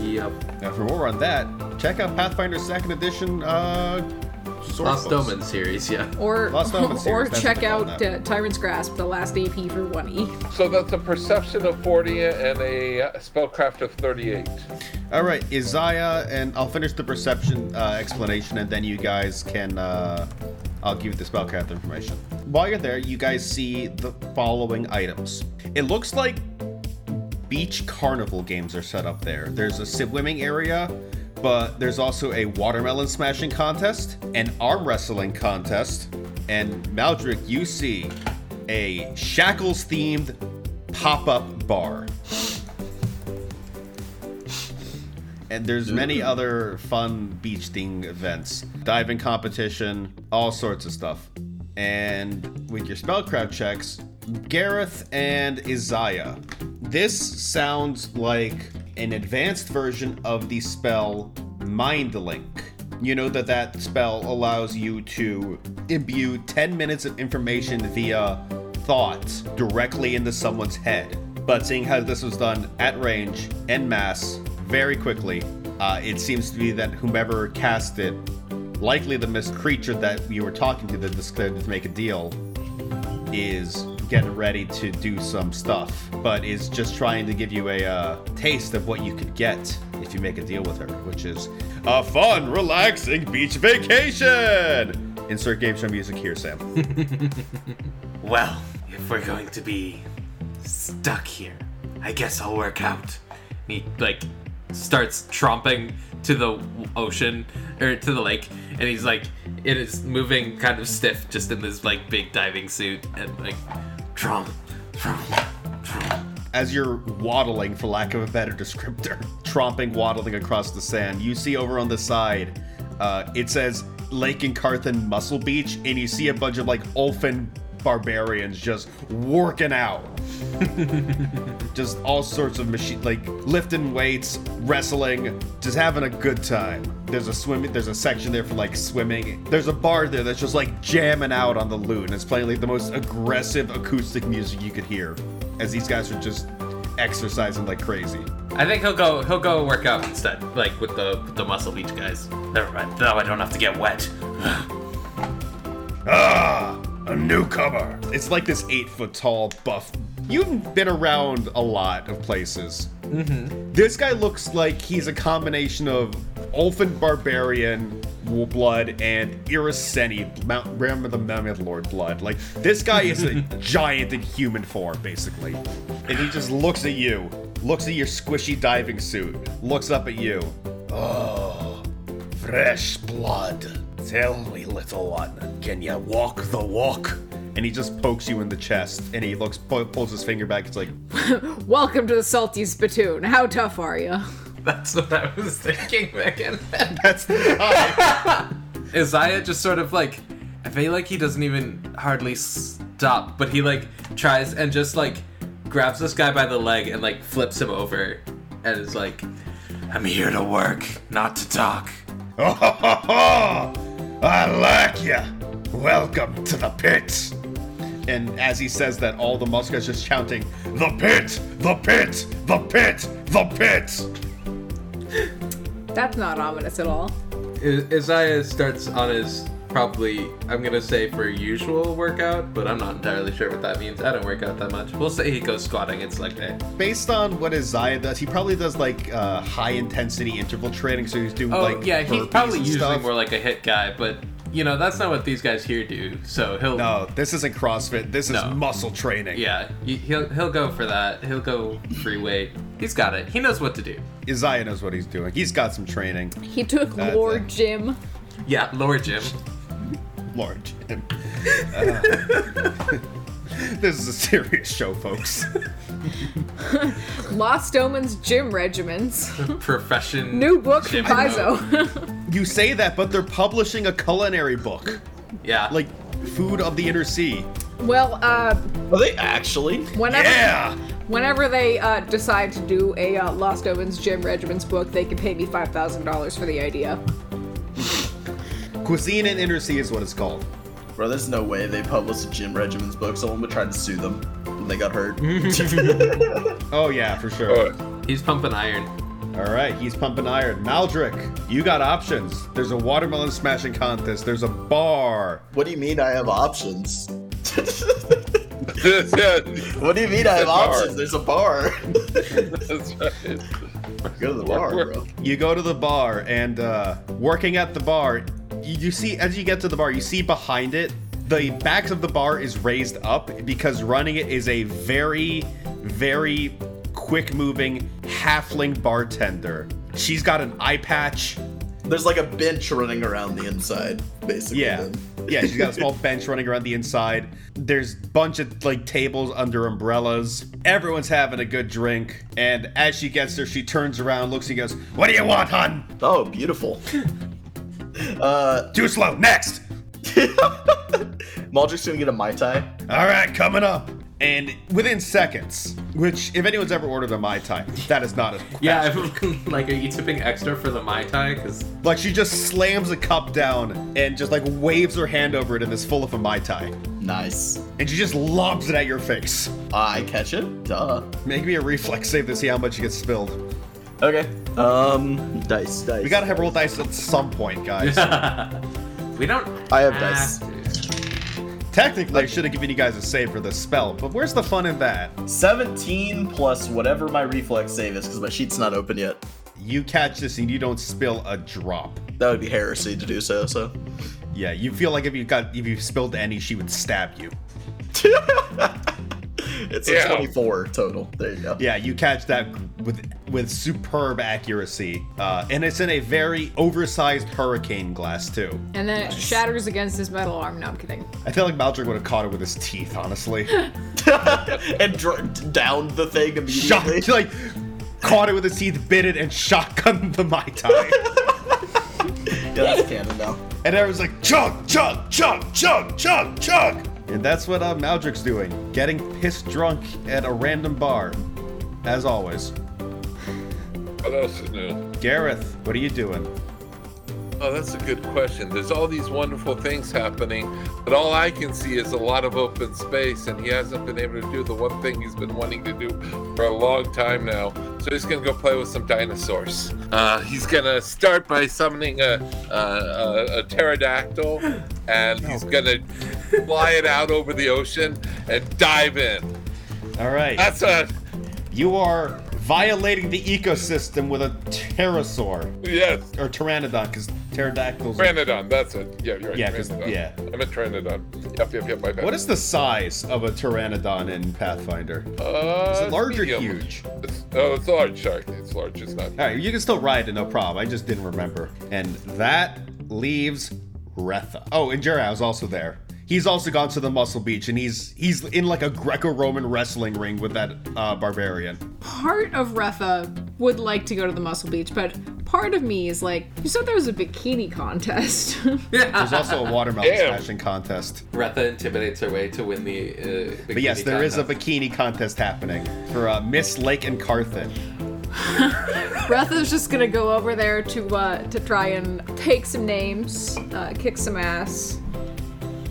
Speaker 2: yep.
Speaker 1: Now, for more on that, check out Pathfinder Second Edition. uh source
Speaker 2: Lost
Speaker 1: books.
Speaker 2: Omen series, yeah.
Speaker 4: or
Speaker 1: Lost Omen
Speaker 4: or
Speaker 1: series, that's what
Speaker 4: check
Speaker 1: they call
Speaker 4: out
Speaker 1: that.
Speaker 4: uh, Tyrant's Grasp, the last AP for one E.
Speaker 3: So that's a perception of 40 and a uh, spellcraft of 38.
Speaker 1: All right, Isaiah, and I'll finish the perception uh, explanation, and then you guys can. Uh, I'll give you the spellcraft information. While you're there, you guys see the following items. It looks like beach carnival games are set up there. There's a swimming area, but there's also a watermelon smashing contest, an arm wrestling contest, and Maldrick, you see a shackles themed pop up bar. And there's many other fun beach thing events, diving competition, all sorts of stuff. And with your spellcraft checks, Gareth and Isaiah. This sounds like an advanced version of the spell Mind Link. You know that that spell allows you to imbue 10 minutes of information via thought directly into someone's head. But seeing how this was done at range en masse very quickly, uh, it seems to be that whomever cast it, likely the missed creature that you were talking to that decided to make a deal, is getting ready to do some stuff, but is just trying to give you a uh, taste of what you could get if you make a deal with her, which is a fun, relaxing beach vacation. Insert game show music here, Sam.
Speaker 2: Well, if we're going to be stuck here, I guess I'll work out. And he like starts tromping to the ocean or to the lake, and he's like, it is moving kind of stiff, just in this like big diving suit, and like tromp, tromp, tromp.
Speaker 1: As you're waddling, for lack of a better descriptor, tromping, waddling across the sand, you see over on the side, uh, it says Lake Incarthen Muscle Beach, and you see a bunch of like Olfin barbarians just working out. just all sorts of machine like lifting weights wrestling just having a good time there's a swimming there's a section there for like swimming there's a bar there that's just like jamming out on the lute and it's playing like the most aggressive acoustic music you could hear as these guys are just exercising like crazy.
Speaker 2: I think he'll go. He'll go work out instead, like with the with the Muscle Beach guys. Never mind. Now I don't have to get wet.
Speaker 1: Ah, a newcomer. It's like this eight foot tall buff. You've been around a lot of places. Mm-hmm. This guy looks like he's a combination of Olfin Barbarian blood and Iraseni, Mount Ram of the Mammoth Lord blood. Like, this guy is a giant in human form, basically. And he just looks at you, looks at your squishy diving suit, looks up at you. Oh, fresh blood. Tell me, little one, can you walk the walk? And he just pokes you in the chest, and he looks pu- pulls his finger back. It's like,
Speaker 4: Welcome to the Salty Spittoon. How tough are you?
Speaker 2: That's what I was thinking, Megan.
Speaker 1: that's the guy.
Speaker 2: Isaiah just sort of like, I feel like he doesn't even hardly stop, but he like tries and just like grabs this guy by the leg and like flips him over, and is like, "I'm here to work, not to talk."
Speaker 1: oh, ho, ho, ho! I like ya. Welcome to the pit. And as he says that, all the muskets just shouting, "The pit! The pit! The pit! The pit!"
Speaker 4: That's not ominous at all.
Speaker 2: I- Isaiah starts on his probably I'm gonna say for usual workout, but I'm not entirely sure what that means. I don't work out that much. We'll say he goes squatting. It's like that.
Speaker 1: Based on what Isaiah does, he probably does like uh, high intensity interval training. So he's doing
Speaker 2: Oh
Speaker 1: like
Speaker 2: yeah, he's
Speaker 1: burpees
Speaker 2: probably
Speaker 1: and
Speaker 2: usually
Speaker 1: stuff.
Speaker 2: more like a hit guy, but you know that's not what these guys here do. So he'll
Speaker 1: No, this isn't CrossFit. This is
Speaker 2: No.
Speaker 1: muscle training.
Speaker 2: yeah he- he'll he'll go for that. He'll go free weight. He's got it. He knows what to do.
Speaker 1: Isaiah knows what he's doing. He's got some training.
Speaker 4: He took
Speaker 1: That's
Speaker 4: Lord
Speaker 1: it.
Speaker 4: Jim.
Speaker 2: Yeah, lower Jim.
Speaker 1: Lord Jim. Uh, this is a serious show, folks.
Speaker 4: Lost Omens Gym Regimens.
Speaker 2: Profession.
Speaker 4: New book from
Speaker 2: Jim Rohn.
Speaker 4: Paizo.
Speaker 1: You say that, but they're publishing a culinary book,
Speaker 2: Yeah.
Speaker 1: like Food of the Inner Sea.
Speaker 4: well, uh,
Speaker 5: Are they actually?
Speaker 4: whenever
Speaker 1: Yeah.
Speaker 4: whenever they uh, decide to do a uh, Lost Omens Gym Regimens book, they can pay me five thousand dollars for the idea.
Speaker 1: Cuisine in Inner Sea is what it's called.
Speaker 5: Bro, there's no way they published Jim Regimen's book. Someone would try to sue them when they got hurt.
Speaker 1: Oh yeah, for sure.
Speaker 3: Oh,
Speaker 2: he's pumping iron.
Speaker 1: All right, he's pumping iron. Maldrick, you got options. There's a watermelon smashing contest. There's a bar.
Speaker 5: what do you mean I have options?
Speaker 3: that's
Speaker 5: what do you mean
Speaker 3: There's
Speaker 5: I have
Speaker 3: a bar.
Speaker 5: options? There's a bar.
Speaker 3: right.
Speaker 5: Go to the bar,
Speaker 3: work.
Speaker 5: bro.
Speaker 1: You go to the bar and uh, working at the bar, you, you see as you get to the bar, you see behind it the back of the bar is raised up because running it is a very, very quick moving halfling bartender. She's got an eye patch.
Speaker 5: There's like a bench running around the inside, basically.
Speaker 1: Yeah.
Speaker 5: then.
Speaker 1: Yeah, she's got a small bench running around the inside. There's bunch of like tables under umbrellas. Everyone's having a good drink. And as she gets there, she turns around, looks and goes, What do you want, hun?
Speaker 5: Oh, beautiful. uh,
Speaker 1: Too slow. Next.
Speaker 5: Maldrick's gonna get a mai tai.
Speaker 1: All right, coming up. And within seconds, which if anyone's ever ordered a Mai Tai, that is not a
Speaker 2: Yeah, I'm like, are you tipping extra for the mai tai? Because
Speaker 1: like she just slams a cup down and just like waves her hand over it and it's full of a Mai Tai.
Speaker 5: Nice.
Speaker 1: And she just lobs it at your face.
Speaker 5: I catch it. Duh.
Speaker 1: Make me a reflex save to see how much gets spilled.
Speaker 5: Okay. Um, dice, dice.
Speaker 1: We gotta have roll dice at some point, guys.
Speaker 2: we don't.
Speaker 5: I have dice.
Speaker 2: to.
Speaker 1: Technically, I should have given you guys a save for the spell, but where's the fun in that?
Speaker 5: 17 plus whatever my reflex save is, because my sheet's not open yet.
Speaker 1: You catch this and you don't spill a drop.
Speaker 5: That would be heresy to do so. So.
Speaker 1: Yeah, you feel like if you got if you spilled any, she would stab you.
Speaker 5: it's a
Speaker 3: Yeah.
Speaker 5: 24 total. There you go.
Speaker 1: Yeah, you catch that with with superb accuracy, uh, and it's in a very oversized hurricane glass too.
Speaker 4: And then it shatters against his metal arm. No, I'm kidding.
Speaker 1: I feel like Maldrick would have caught it with his teeth, honestly.
Speaker 5: and dr- downed the thing
Speaker 1: Shot, he,
Speaker 5: immediately.
Speaker 1: like caught it with his teeth, bit it, and shotgunned the mai tai.
Speaker 5: yeah, that's canon now.
Speaker 1: and everyone's like chug, chug, chug, chug, chug, chug. And that's what uh, Maldrick's doing, getting pissed drunk at a random bar, as always.
Speaker 3: What else is new?
Speaker 1: Gareth, what are you doing?
Speaker 3: Oh, that's a good question. There's all these wonderful things happening, but all I can see is a lot of open space, and he hasn't been able to do the one thing he's been wanting to do for a long time now. So he's gonna go play with some dinosaurs. Uh, he's gonna start by summoning a, a, a, a pterodactyl, and he's gonna fly it out over the ocean and dive in.
Speaker 1: All right.
Speaker 3: That's a
Speaker 1: You are violating the ecosystem with a pterosaur
Speaker 3: yes.
Speaker 1: or pteranodon because pterodactyls. are-
Speaker 3: Pteranodon, that's it. Yeah, you're right.
Speaker 1: Yeah, 'cause-
Speaker 3: Pteranodon.
Speaker 1: yeah.
Speaker 3: I'm a Pteranodon. Yep, yep, yep, my bad.
Speaker 1: What is the size of a pteranodon in Pathfinder?
Speaker 3: Uh,
Speaker 1: Is it large or
Speaker 3: medium.
Speaker 1: huge? All
Speaker 3: It's, oh, it's large shark. It's large. It's not.
Speaker 1: right, you can still ride it, no problem. I just didn't remember. And that leaves Retha. Oh, and Jerao's also there. He's also gone to the Muscle Beach, and he's he's in like a Greco-Roman wrestling ring with that uh, barbarian.
Speaker 4: Part of Retha would like to go to the Muscle Beach, but part of me is like, you said there was a bikini contest.
Speaker 1: There's also a watermelon
Speaker 3: Damn.
Speaker 1: smashing contest.
Speaker 2: Retha intimidates her way to win the. Uh,
Speaker 1: But yes,
Speaker 2: bikini
Speaker 1: there is a
Speaker 2: contest.
Speaker 1: bikini contest happening for uh, Miss Lake and Carthen.
Speaker 4: Retha's just gonna go over there to uh, to try and take some names, uh, kick some ass,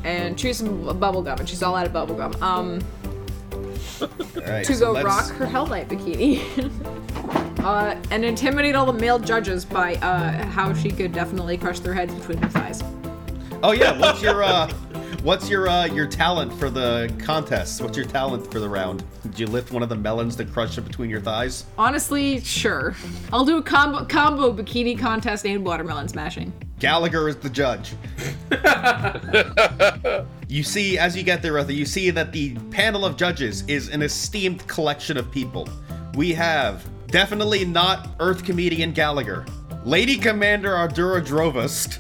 Speaker 4: and chew some bubble gum. And she's all out of bubble gum. Um,
Speaker 1: All right,
Speaker 4: to
Speaker 1: so
Speaker 4: go
Speaker 1: let's-
Speaker 4: rock her Hell Knight bikini. Uh, and intimidate all the male judges by uh, how she could definitely crush their heads between her thighs.
Speaker 1: Oh yeah, what's your uh, what's your uh, your talent for the contest? What's your talent for the round? Did you lift one of the melons to crush it between your thighs?
Speaker 4: Honestly, sure. I'll do a combo, combo bikini contest and watermelon smashing.
Speaker 1: Gallagher is the judge. you see, as you get there, Arthur, you see that the panel of judges is an esteemed collection of people. We have definitely not Earth comedian Gallagher, Lady Commander Ardura Drovost,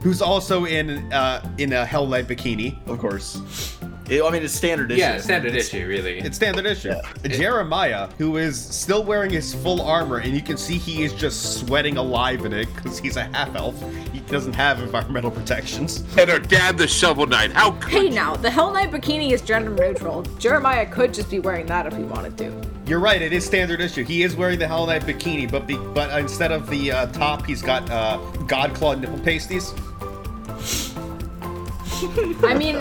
Speaker 1: who's also in uh, in a hell light bikini.
Speaker 5: Of course. It- I mean, it's standard issue.
Speaker 2: Yeah, standard issue, really.
Speaker 1: It's standard issue. Jeremiah, who is still wearing his full armor, and you can see he is just sweating alive in it because he's a half elf. He doesn't have environmental protections.
Speaker 3: And her dad, the shovel knight. How could
Speaker 4: Hey now, the Hell Knight bikini is gender neutral. Jeremiah could just be wearing that if he wanted to.
Speaker 1: You're right. It is standard issue. He is wearing the Hell Knight bikini, but be, but instead of the uh, top, he's got uh, God Claw nipple pasties.
Speaker 4: I mean,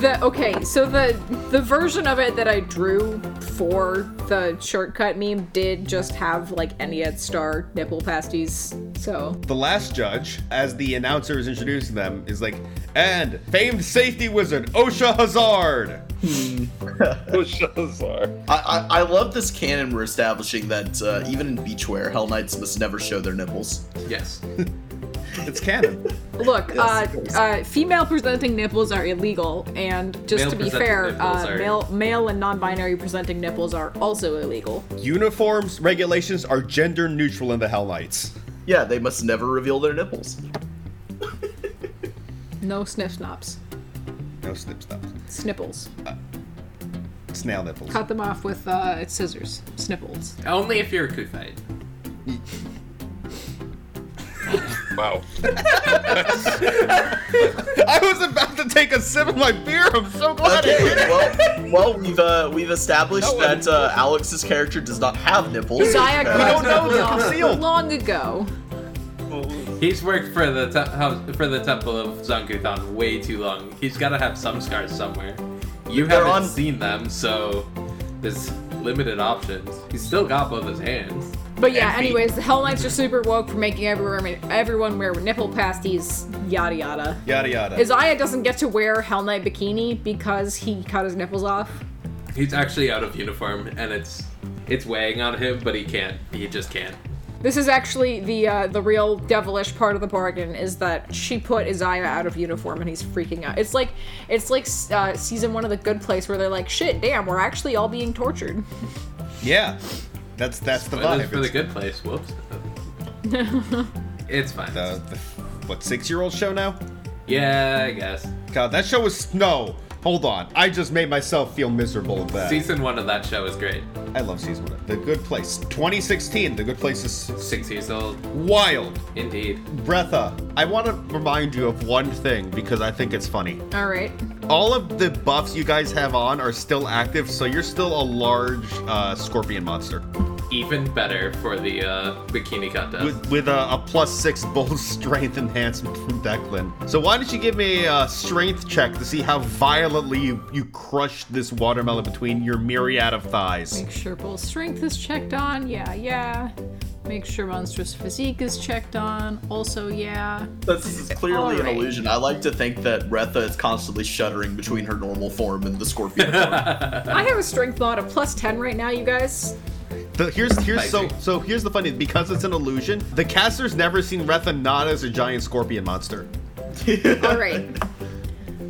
Speaker 4: the okay, so the the version of it that I drew for the shortcut meme did just have like Ennead star nipple pasties. So
Speaker 1: The last judge, as the announcer is introducing them, is like, and famed safety wizard Osha Hazard.
Speaker 3: Belshazzar?
Speaker 5: I, I, I love this canon we're establishing that uh, even in beachwear, Hell Knights must never show their nipples.
Speaker 2: yes.
Speaker 1: It's canon.
Speaker 4: look, uh,
Speaker 5: Yes, yes.
Speaker 4: uh, female presenting nipples are illegal, and just
Speaker 2: Male
Speaker 4: to be
Speaker 2: presenting
Speaker 4: fair,
Speaker 2: nipples
Speaker 4: uh,
Speaker 2: are-
Speaker 4: male male and non-binary presenting nipples are also illegal.
Speaker 1: Uniforms regulations are gender neutral in the Hell Knights.
Speaker 5: Yeah, they must never reveal their nipples.
Speaker 4: No sniff snops,
Speaker 1: No snip stuff.
Speaker 4: snipples.
Speaker 1: Snail nipples.
Speaker 4: Cut them off with uh, scissors, snipples.
Speaker 2: Only if you're a Kufite.
Speaker 3: Wow.
Speaker 1: I was about to take a sip of my beer. I'm so glad I
Speaker 5: Okay,
Speaker 1: did.
Speaker 5: well, well, we've uh, we've established
Speaker 1: No one-
Speaker 5: that uh, Alex's character does not have nipples.
Speaker 4: Zaya
Speaker 5: Uh,
Speaker 1: We don't
Speaker 4: cut
Speaker 1: know
Speaker 4: them
Speaker 1: they're
Speaker 4: off
Speaker 1: concealed.
Speaker 4: long ago.
Speaker 2: He's worked for the te- house, for the temple of Zanguthon way too long. He's got to have some scars somewhere. You
Speaker 5: They're
Speaker 2: haven't
Speaker 5: on-
Speaker 2: seen them, so there's limited options. He's still got both his hands.
Speaker 4: But yeah,
Speaker 2: and feet.
Speaker 4: anyways, the Hell Knights are super woke for making everyone everyone wear nipple pasties, yada yada.
Speaker 1: Yada yada.
Speaker 4: Isaiah doesn't get to wear Hell Knight bikini because he cut his nipples off.
Speaker 2: He's actually out of uniform, and it's it's weighing on him, but he can't. He just can't.
Speaker 4: This is actually the uh, the real devilish part of the bargain is that she put Isaiah out of uniform and he's freaking out. It's like it's like uh, season one of the Good Place where they're like, shit, damn, we're actually all being tortured.
Speaker 1: Yeah, that's that's the
Speaker 2: But
Speaker 1: vibe.
Speaker 2: it's for the good place. Whoops. it's fine.
Speaker 1: the, the what six year old show now?
Speaker 2: yeah, I guess.
Speaker 1: God, that show was no. Hold on, I just made myself feel miserable of that.
Speaker 2: Season one of that show is great.
Speaker 1: I love season one. The Good Place, 2016. The Good Place is
Speaker 2: Six years old,
Speaker 1: wild.
Speaker 2: indeed.
Speaker 1: Bretha, I want to remind you of one thing because I think it's funny.
Speaker 4: All right.
Speaker 1: All of the buffs you guys have on are still active, so you're still a large uh, scorpion monster.
Speaker 2: even better for the uh, bikini contest.
Speaker 1: with, with a, a plus six bold strength enhancement from Declan. So why don't you give me a strength check to see how violently you, you crush this watermelon between your myriad of thighs?
Speaker 4: Make sure bull strength is checked on. Yeah, yeah. Make sure monstrous physique is checked on. Also, yeah.
Speaker 5: This is clearly an
Speaker 4: Alright.
Speaker 5: illusion. I like to think that Retha is constantly shuddering between her normal form and the scorpion form.
Speaker 4: I have a strength mod of plus 10 right now, you guys.
Speaker 1: The, here's here's so
Speaker 2: Amazing.
Speaker 1: so here's the funny because it's an illusion. The caster's never seen Retha not as a giant scorpion monster.
Speaker 4: All right.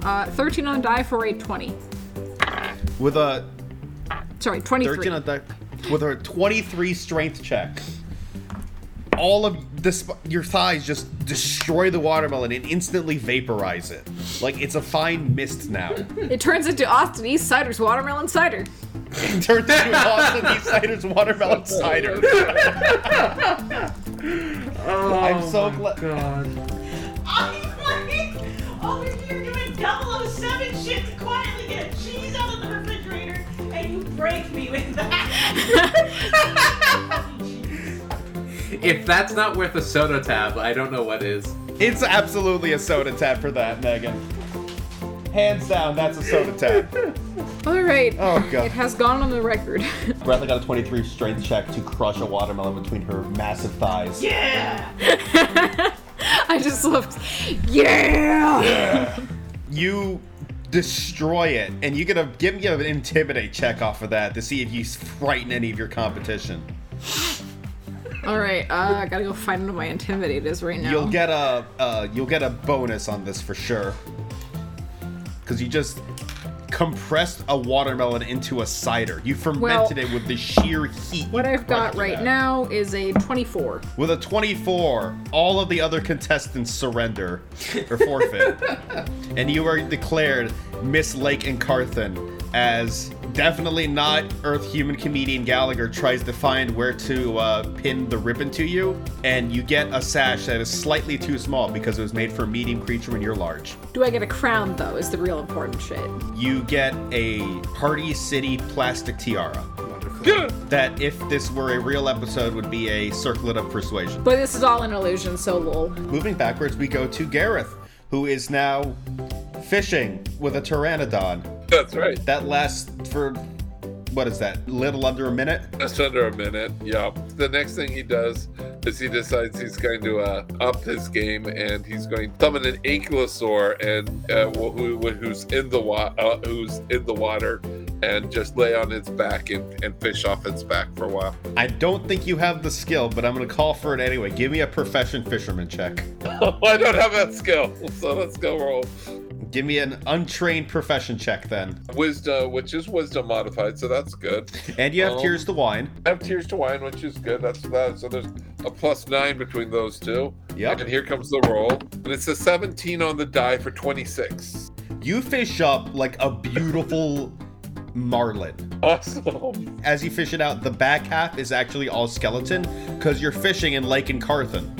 Speaker 4: Uh, 13 on die for a 20.
Speaker 1: With a
Speaker 4: Sorry, 23.
Speaker 1: 13 on deck with her 23 strength check. All of this, your thighs just destroy the watermelon and instantly vaporize it. Like it's a fine mist now.
Speaker 4: It turns into Austin East Cider's watermelon cider.
Speaker 1: It turns into Austin East Cider's watermelon cider. I'm so glad.
Speaker 2: God.
Speaker 6: I'm like, over here doing 007 shit to quietly get a cheese out of the refrigerator, and you break me with that.
Speaker 2: If that's not worth a soda tab, I don't know what is.
Speaker 1: It's absolutely a soda tab for that, Megan. Hands down, that's a soda tab.
Speaker 4: All right.
Speaker 1: Oh, God.
Speaker 4: It has gone on the record.
Speaker 1: Bradley got a 23 strength check to crush a watermelon between her massive thighs.
Speaker 6: yeah.
Speaker 4: I just love. Yeah!
Speaker 1: you destroy it, and you get a give me an intimidate check off of that to see if you frighten any of your competition.
Speaker 4: All right. Uh, I gotta go find one of my intimidators right now.
Speaker 1: You'll get a uh, you'll get a bonus on this for sure, because you just compressed a watermelon into a cider. You fermented it with the sheer heat.
Speaker 4: What
Speaker 1: you
Speaker 4: I've got
Speaker 1: crushed it
Speaker 4: right
Speaker 1: at.
Speaker 4: now is a 24.
Speaker 1: With a 24, all of the other contestants surrender or forfeit. and you are declared Miss Lake and Carthen as definitely not Earth human comedian Gallagher tries to find where to uh, pin the ribbon to you. And you get a sash that is slightly too small because it was made for a medium creature and you're large.
Speaker 4: Do I get a crown though? Is the real important shit.
Speaker 1: You get a Party City plastic tiara.
Speaker 2: Wonderful.
Speaker 1: That, if this were a real episode, would be a circlet of persuasion.
Speaker 4: But this is all an illusion, so lol.
Speaker 1: Moving backwards, we go to Gareth, who is now fishing with a pteranodon
Speaker 3: That's right.
Speaker 1: that lasts for what is that? Little under a minute.
Speaker 3: Just under a minute. Yeah. The next thing he does is he decides he's going to uh, up his game and he's going to summon an ankylosaur and uh, wh- who, wh- who's in the wa- uh, who's in the water and just lay on its back and, and fish off its back for a while.
Speaker 1: I don't think you have the skill, but I'm gonna call for it anyway. Give me a profession fisherman check.
Speaker 3: I don't have that skill, so let's go roll
Speaker 1: Give me an untrained profession check then.
Speaker 3: wisdom, uh, which is wisdom modified, so that's good.
Speaker 1: And you have
Speaker 3: Oh.
Speaker 1: tears to wine.
Speaker 3: I have tears to wine, which is good. That's that. So there's a plus nine between those two.
Speaker 1: Yep.
Speaker 3: And here comes the roll. And it's a 17 on the die for 26.
Speaker 1: You fish up like a beautiful marlin.
Speaker 3: Awesome.
Speaker 1: As you fish it out, the back half is actually all skeleton because you're fishing in Lake and Carthen.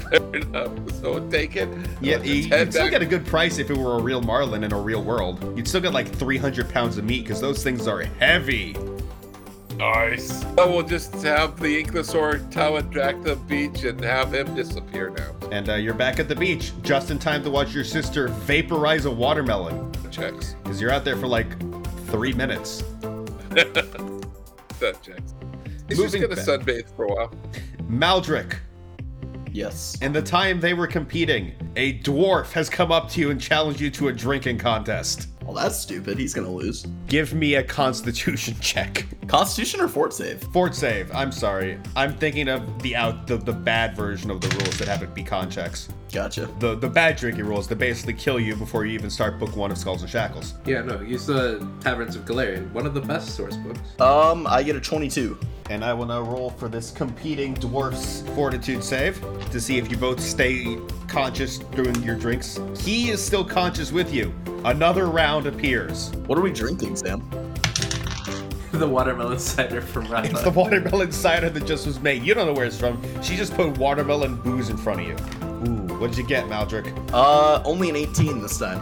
Speaker 3: Fair enough. So take it.
Speaker 1: Yeah,
Speaker 3: Let's
Speaker 1: you,
Speaker 3: just
Speaker 1: you'd
Speaker 3: head
Speaker 1: still
Speaker 3: back.
Speaker 1: get a good price if it were a real marlin in a real world. You'd still get like 300 pounds of meat because those things are heavy.
Speaker 3: Nice. So we'll just have the Inklosaur tow it back to the beach and have him disappear now.
Speaker 1: And uh, you're back at the beach just in time to watch your sister vaporize a watermelon
Speaker 3: Checks.
Speaker 1: because you're out there for like three minutes.
Speaker 3: That checks. He's
Speaker 1: Moving
Speaker 3: just going to sunbathe for a while.
Speaker 1: Maldrick,
Speaker 5: yes.
Speaker 1: in the time they were competing, a dwarf has come up to you and challenged you to a drinking contest.
Speaker 5: Well, that's stupid. He's gonna lose.
Speaker 1: Give me a constitution check.
Speaker 5: Constitution or fort save?
Speaker 1: Fort save. I'm sorry. I'm thinking of the out the, the bad version of the rules that haven't becon checks.
Speaker 5: Gotcha.
Speaker 1: the the bad drinking rules that basically kill you before you even start book one of Skulls and Shackles.
Speaker 2: Yeah, no, use the Taverns of Galarian, one of the best source books.
Speaker 5: Um, I get a 22.
Speaker 1: And I will now roll for this competing dwarf's fortitude save to see if you both stay conscious during your drinks. He is still conscious with you. Another round appears.
Speaker 5: What are we drinking, Sam?
Speaker 2: the watermelon cider from Rafa.
Speaker 1: It's the watermelon cider that just was made. You don't know where it's from. She just put watermelon booze in front of you. Ooh, what did you get, Maldrick?
Speaker 5: Uh, only an 18 this time.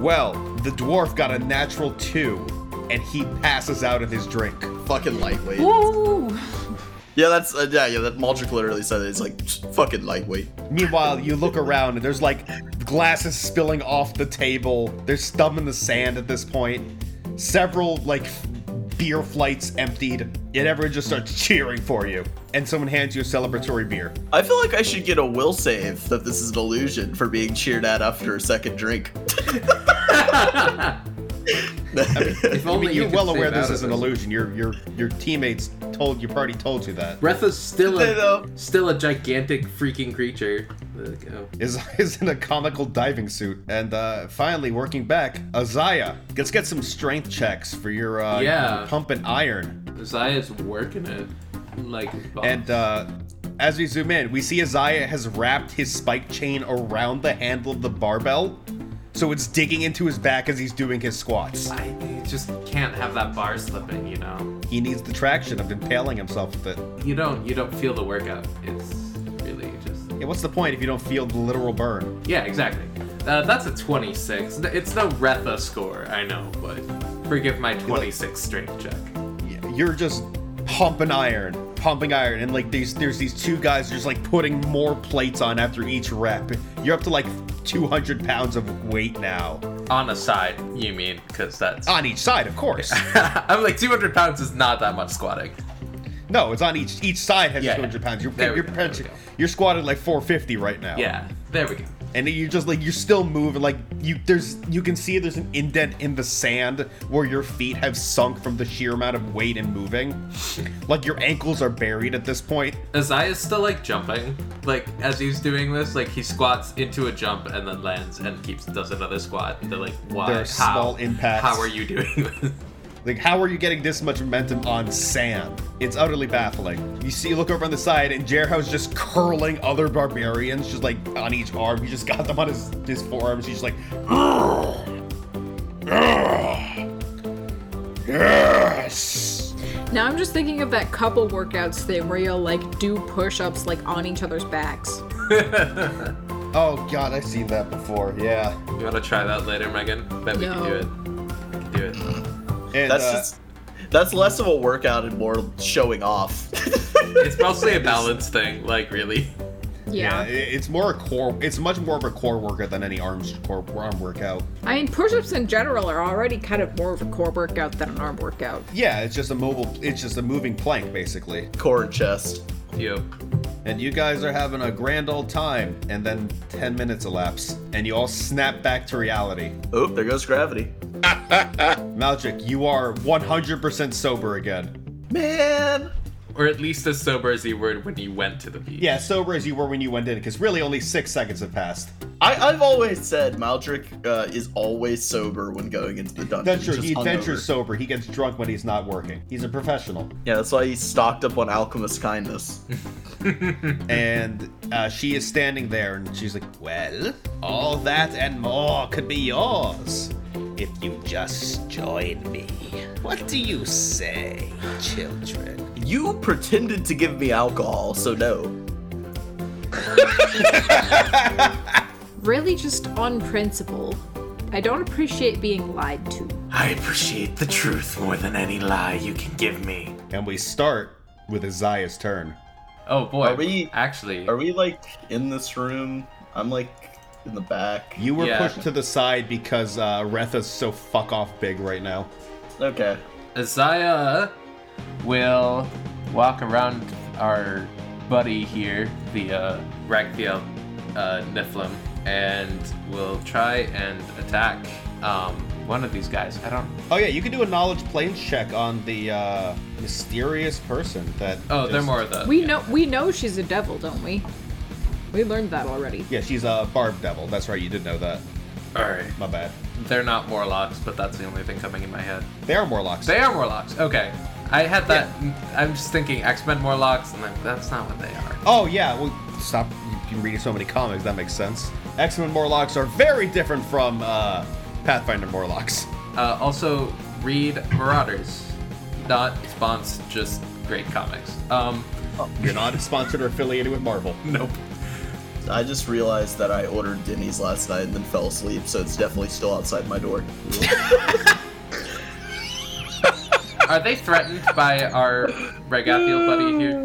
Speaker 1: Well, the dwarf got a natural two and he passes out in his drink.
Speaker 5: Fucking lightweight.
Speaker 4: Whoa!
Speaker 5: Yeah, that's uh, yeah, yeah. That Maldrick literally said it. It's like fucking lightweight.
Speaker 1: Meanwhile, you look around and there's like glasses spilling off the table. There's stuff in the sand at this point. Several like f- beer flights emptied. Yet everyone just starts cheering for you. And someone hands you a celebratory beer.
Speaker 5: I feel like I should get a will save that this is an illusion for being cheered at after a second drink.
Speaker 2: If
Speaker 1: I
Speaker 2: only
Speaker 1: mean, you're
Speaker 2: could
Speaker 1: well
Speaker 2: stay
Speaker 1: aware
Speaker 2: out
Speaker 1: this
Speaker 2: of
Speaker 1: is an illusion. Your your your teammates told your party told you that.
Speaker 2: Retha's still
Speaker 5: They
Speaker 2: a,
Speaker 5: know.
Speaker 2: still a gigantic freaking creature. Like, oh.
Speaker 1: Is is in a comical diving suit. And uh, finally, working back, Azaya. Let's get some strength checks for your uh,
Speaker 2: Yeah.
Speaker 1: your pump and iron.
Speaker 2: Zaya's working it like his boss.
Speaker 1: And uh, as we zoom in, we see Azaya has wrapped his spike chain around the handle of the barbell, so it's digging into his back as he's doing his squats.
Speaker 2: I just can't have that bar slipping, you know.
Speaker 1: He needs the traction of impaling himself with it.
Speaker 2: You don't you don't feel the workout. It's really just
Speaker 1: Yeah, what's the point if you don't feel the literal burn?
Speaker 2: yeah, exactly. Uh, that's a 26. N- It's no Retha score, I know, but forgive my 26 strength check.
Speaker 1: you're just pumping iron, pumping iron, and like these there's these two guys just like putting more plates on after each rep. You're up to like 200 pounds of weight now
Speaker 2: On a side, you mean? Because that's
Speaker 1: on each side, of course.
Speaker 2: I'm like 200 pounds is not that much squatting.
Speaker 1: no, it's on each each side has
Speaker 2: Yeah,
Speaker 1: 200
Speaker 2: yeah.
Speaker 1: pounds. You're
Speaker 2: There we
Speaker 1: you're,
Speaker 2: go, there we
Speaker 1: pinching-
Speaker 2: go.
Speaker 1: you're squatted like 450 right now.
Speaker 2: Yeah, there we go.
Speaker 1: and you're just like you're still moving. Like you there's you can see there's an indent in the sand where your feet have sunk from the sheer amount of weight and moving. like your ankles are buried at this point.
Speaker 2: Isaiah's still like jumping. Like as he's doing this, like he squats into a jump and then lands and keeps does another squat. And they're like, why?
Speaker 1: There are
Speaker 2: how?
Speaker 1: small impacts.
Speaker 2: How are you doing this?
Speaker 1: Like, how are you getting this much momentum on sand? It's utterly baffling. You see, you look over on the side, and Jerho's just curling other barbarians, just like on each arm. He just got them on his, his forearms. He's just like, "Ugh. Ugh. yes.
Speaker 4: Now I'm just thinking of that couple workouts thing where you'll like do push-ups like on each other's backs.
Speaker 1: Oh god, I've seen that before. Yeah.
Speaker 2: You want to try that later, Megan? Bet we can
Speaker 4: No.
Speaker 2: do it. We can do it.
Speaker 1: And,
Speaker 5: That's
Speaker 1: uh,
Speaker 5: just that's less of a workout and more showing off.
Speaker 2: It's mostly a balance thing, like really.
Speaker 1: yeah.
Speaker 4: Yeah.
Speaker 1: i- It's more a core. It's much more of a core workout than any arms core arm workout.
Speaker 4: I mean, push-ups in general are already kind of more of a core workout than an arm workout.
Speaker 1: Yeah, it's just a mobile. It's just a moving plank, basically.
Speaker 5: Core and chest.
Speaker 2: Yep.
Speaker 1: and you guys are having a grand old time and then 10 minutes elapse and you all snap back to reality
Speaker 5: Oop, there goes gravity.
Speaker 1: malchik you are 100% sober again
Speaker 5: Man.
Speaker 2: Or at least as sober as you were when you went to the beach.
Speaker 1: yeah sober as you were when you went in because really only six seconds have passed
Speaker 5: I, I've always said Maldrick uh, is always sober when going into the dungeon.
Speaker 1: that's true
Speaker 5: just
Speaker 1: he adventures
Speaker 5: hungover.
Speaker 1: sober he gets drunk when he's not working he's a professional
Speaker 5: Yeah, that's why he stocked up on alchemist kindness.
Speaker 1: and uh, she is standing there and she's like well all that and more could be yours if you just join me what do you say children
Speaker 5: You pretended to give me alcohol, so no.
Speaker 4: Really just on principle. I don't appreciate being lied to.
Speaker 2: I appreciate the truth more than any lie you can give me.
Speaker 1: And we start with Isaiah's turn.
Speaker 2: Oh boy.
Speaker 5: Are we-
Speaker 2: actually?
Speaker 5: Are we like in this room? I'm like in the back.
Speaker 1: You were
Speaker 2: Yeah.
Speaker 1: pushed to the side because uh, Retha's so fuck off big right now.
Speaker 5: Okay.
Speaker 2: Isaiah will walk around our buddy here, the uh, Ragthiel uh, Niflim, and will try and attack um, one of these guys. I don't.
Speaker 1: Oh yeah, you can do a knowledge planes check on the uh, mysterious person that.
Speaker 2: Oh, they're
Speaker 1: just-
Speaker 2: more of the.
Speaker 4: We know we know she's a devil, don't we? We learned that already.
Speaker 1: Yeah, she's a barb devil. That's right. You did know that.
Speaker 2: All right.
Speaker 1: My bad.
Speaker 2: They're not Morlocks, but that's the only thing coming in my head.
Speaker 1: They are Morlocks.
Speaker 2: They are Morlocks. Okay. I had that. I'm just thinking X Men Morlocks, and like, that's not what they are.
Speaker 1: Oh yeah. Well, stop. You've been reading so many comics. That makes sense. X Men Morlocks are very different from uh, Pathfinder Morlocks.
Speaker 2: Uh, also, read Marauders. Not spawns, just great comics. Um,
Speaker 1: You're not sponsored or affiliated with Marvel.
Speaker 2: nope.
Speaker 5: I just realized that I ordered Denny's last night and then fell asleep, so it's definitely still outside my door.
Speaker 2: Are they threatened by our Regathiel buddy here?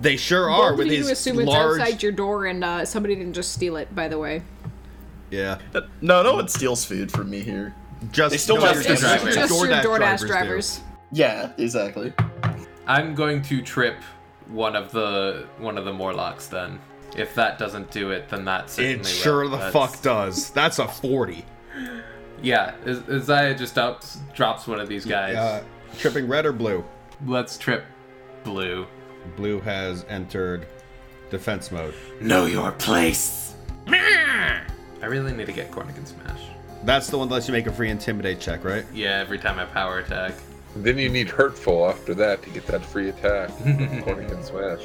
Speaker 1: They sure are
Speaker 4: Both
Speaker 1: with
Speaker 4: of you
Speaker 1: his
Speaker 4: assume
Speaker 1: large.
Speaker 4: it's outside your door and uh, somebody didn't just steal it, by the way.
Speaker 1: yeah,
Speaker 5: No, no one steals food from me here.
Speaker 1: just
Speaker 5: They still
Speaker 1: no,
Speaker 5: have
Speaker 1: it's
Speaker 5: to
Speaker 1: just,
Speaker 2: drive
Speaker 1: your
Speaker 2: it.
Speaker 4: Just your DoorDash
Speaker 1: do.
Speaker 4: drivers.
Speaker 5: Yeah, exactly.
Speaker 2: I'm going to trip one of the one of the Morlocks then. If that doesn't do it, then that certainly
Speaker 1: It sure
Speaker 2: will.
Speaker 1: the
Speaker 2: That's-
Speaker 1: fuck does. That's a forty.
Speaker 2: Yeah, Iz- Isaiah just ups, drops one of these guys.
Speaker 1: Uh, tripping red or blue?
Speaker 2: Let's trip blue.
Speaker 1: Blue has entered defense mode.
Speaker 2: Know your place. I really need to get Cornican Smash.
Speaker 1: That's the one that lets you make a free intimidate check, right?
Speaker 2: Yeah, every time I power attack.
Speaker 3: Then you need hurtful after that to get that free attack. Cornican smash.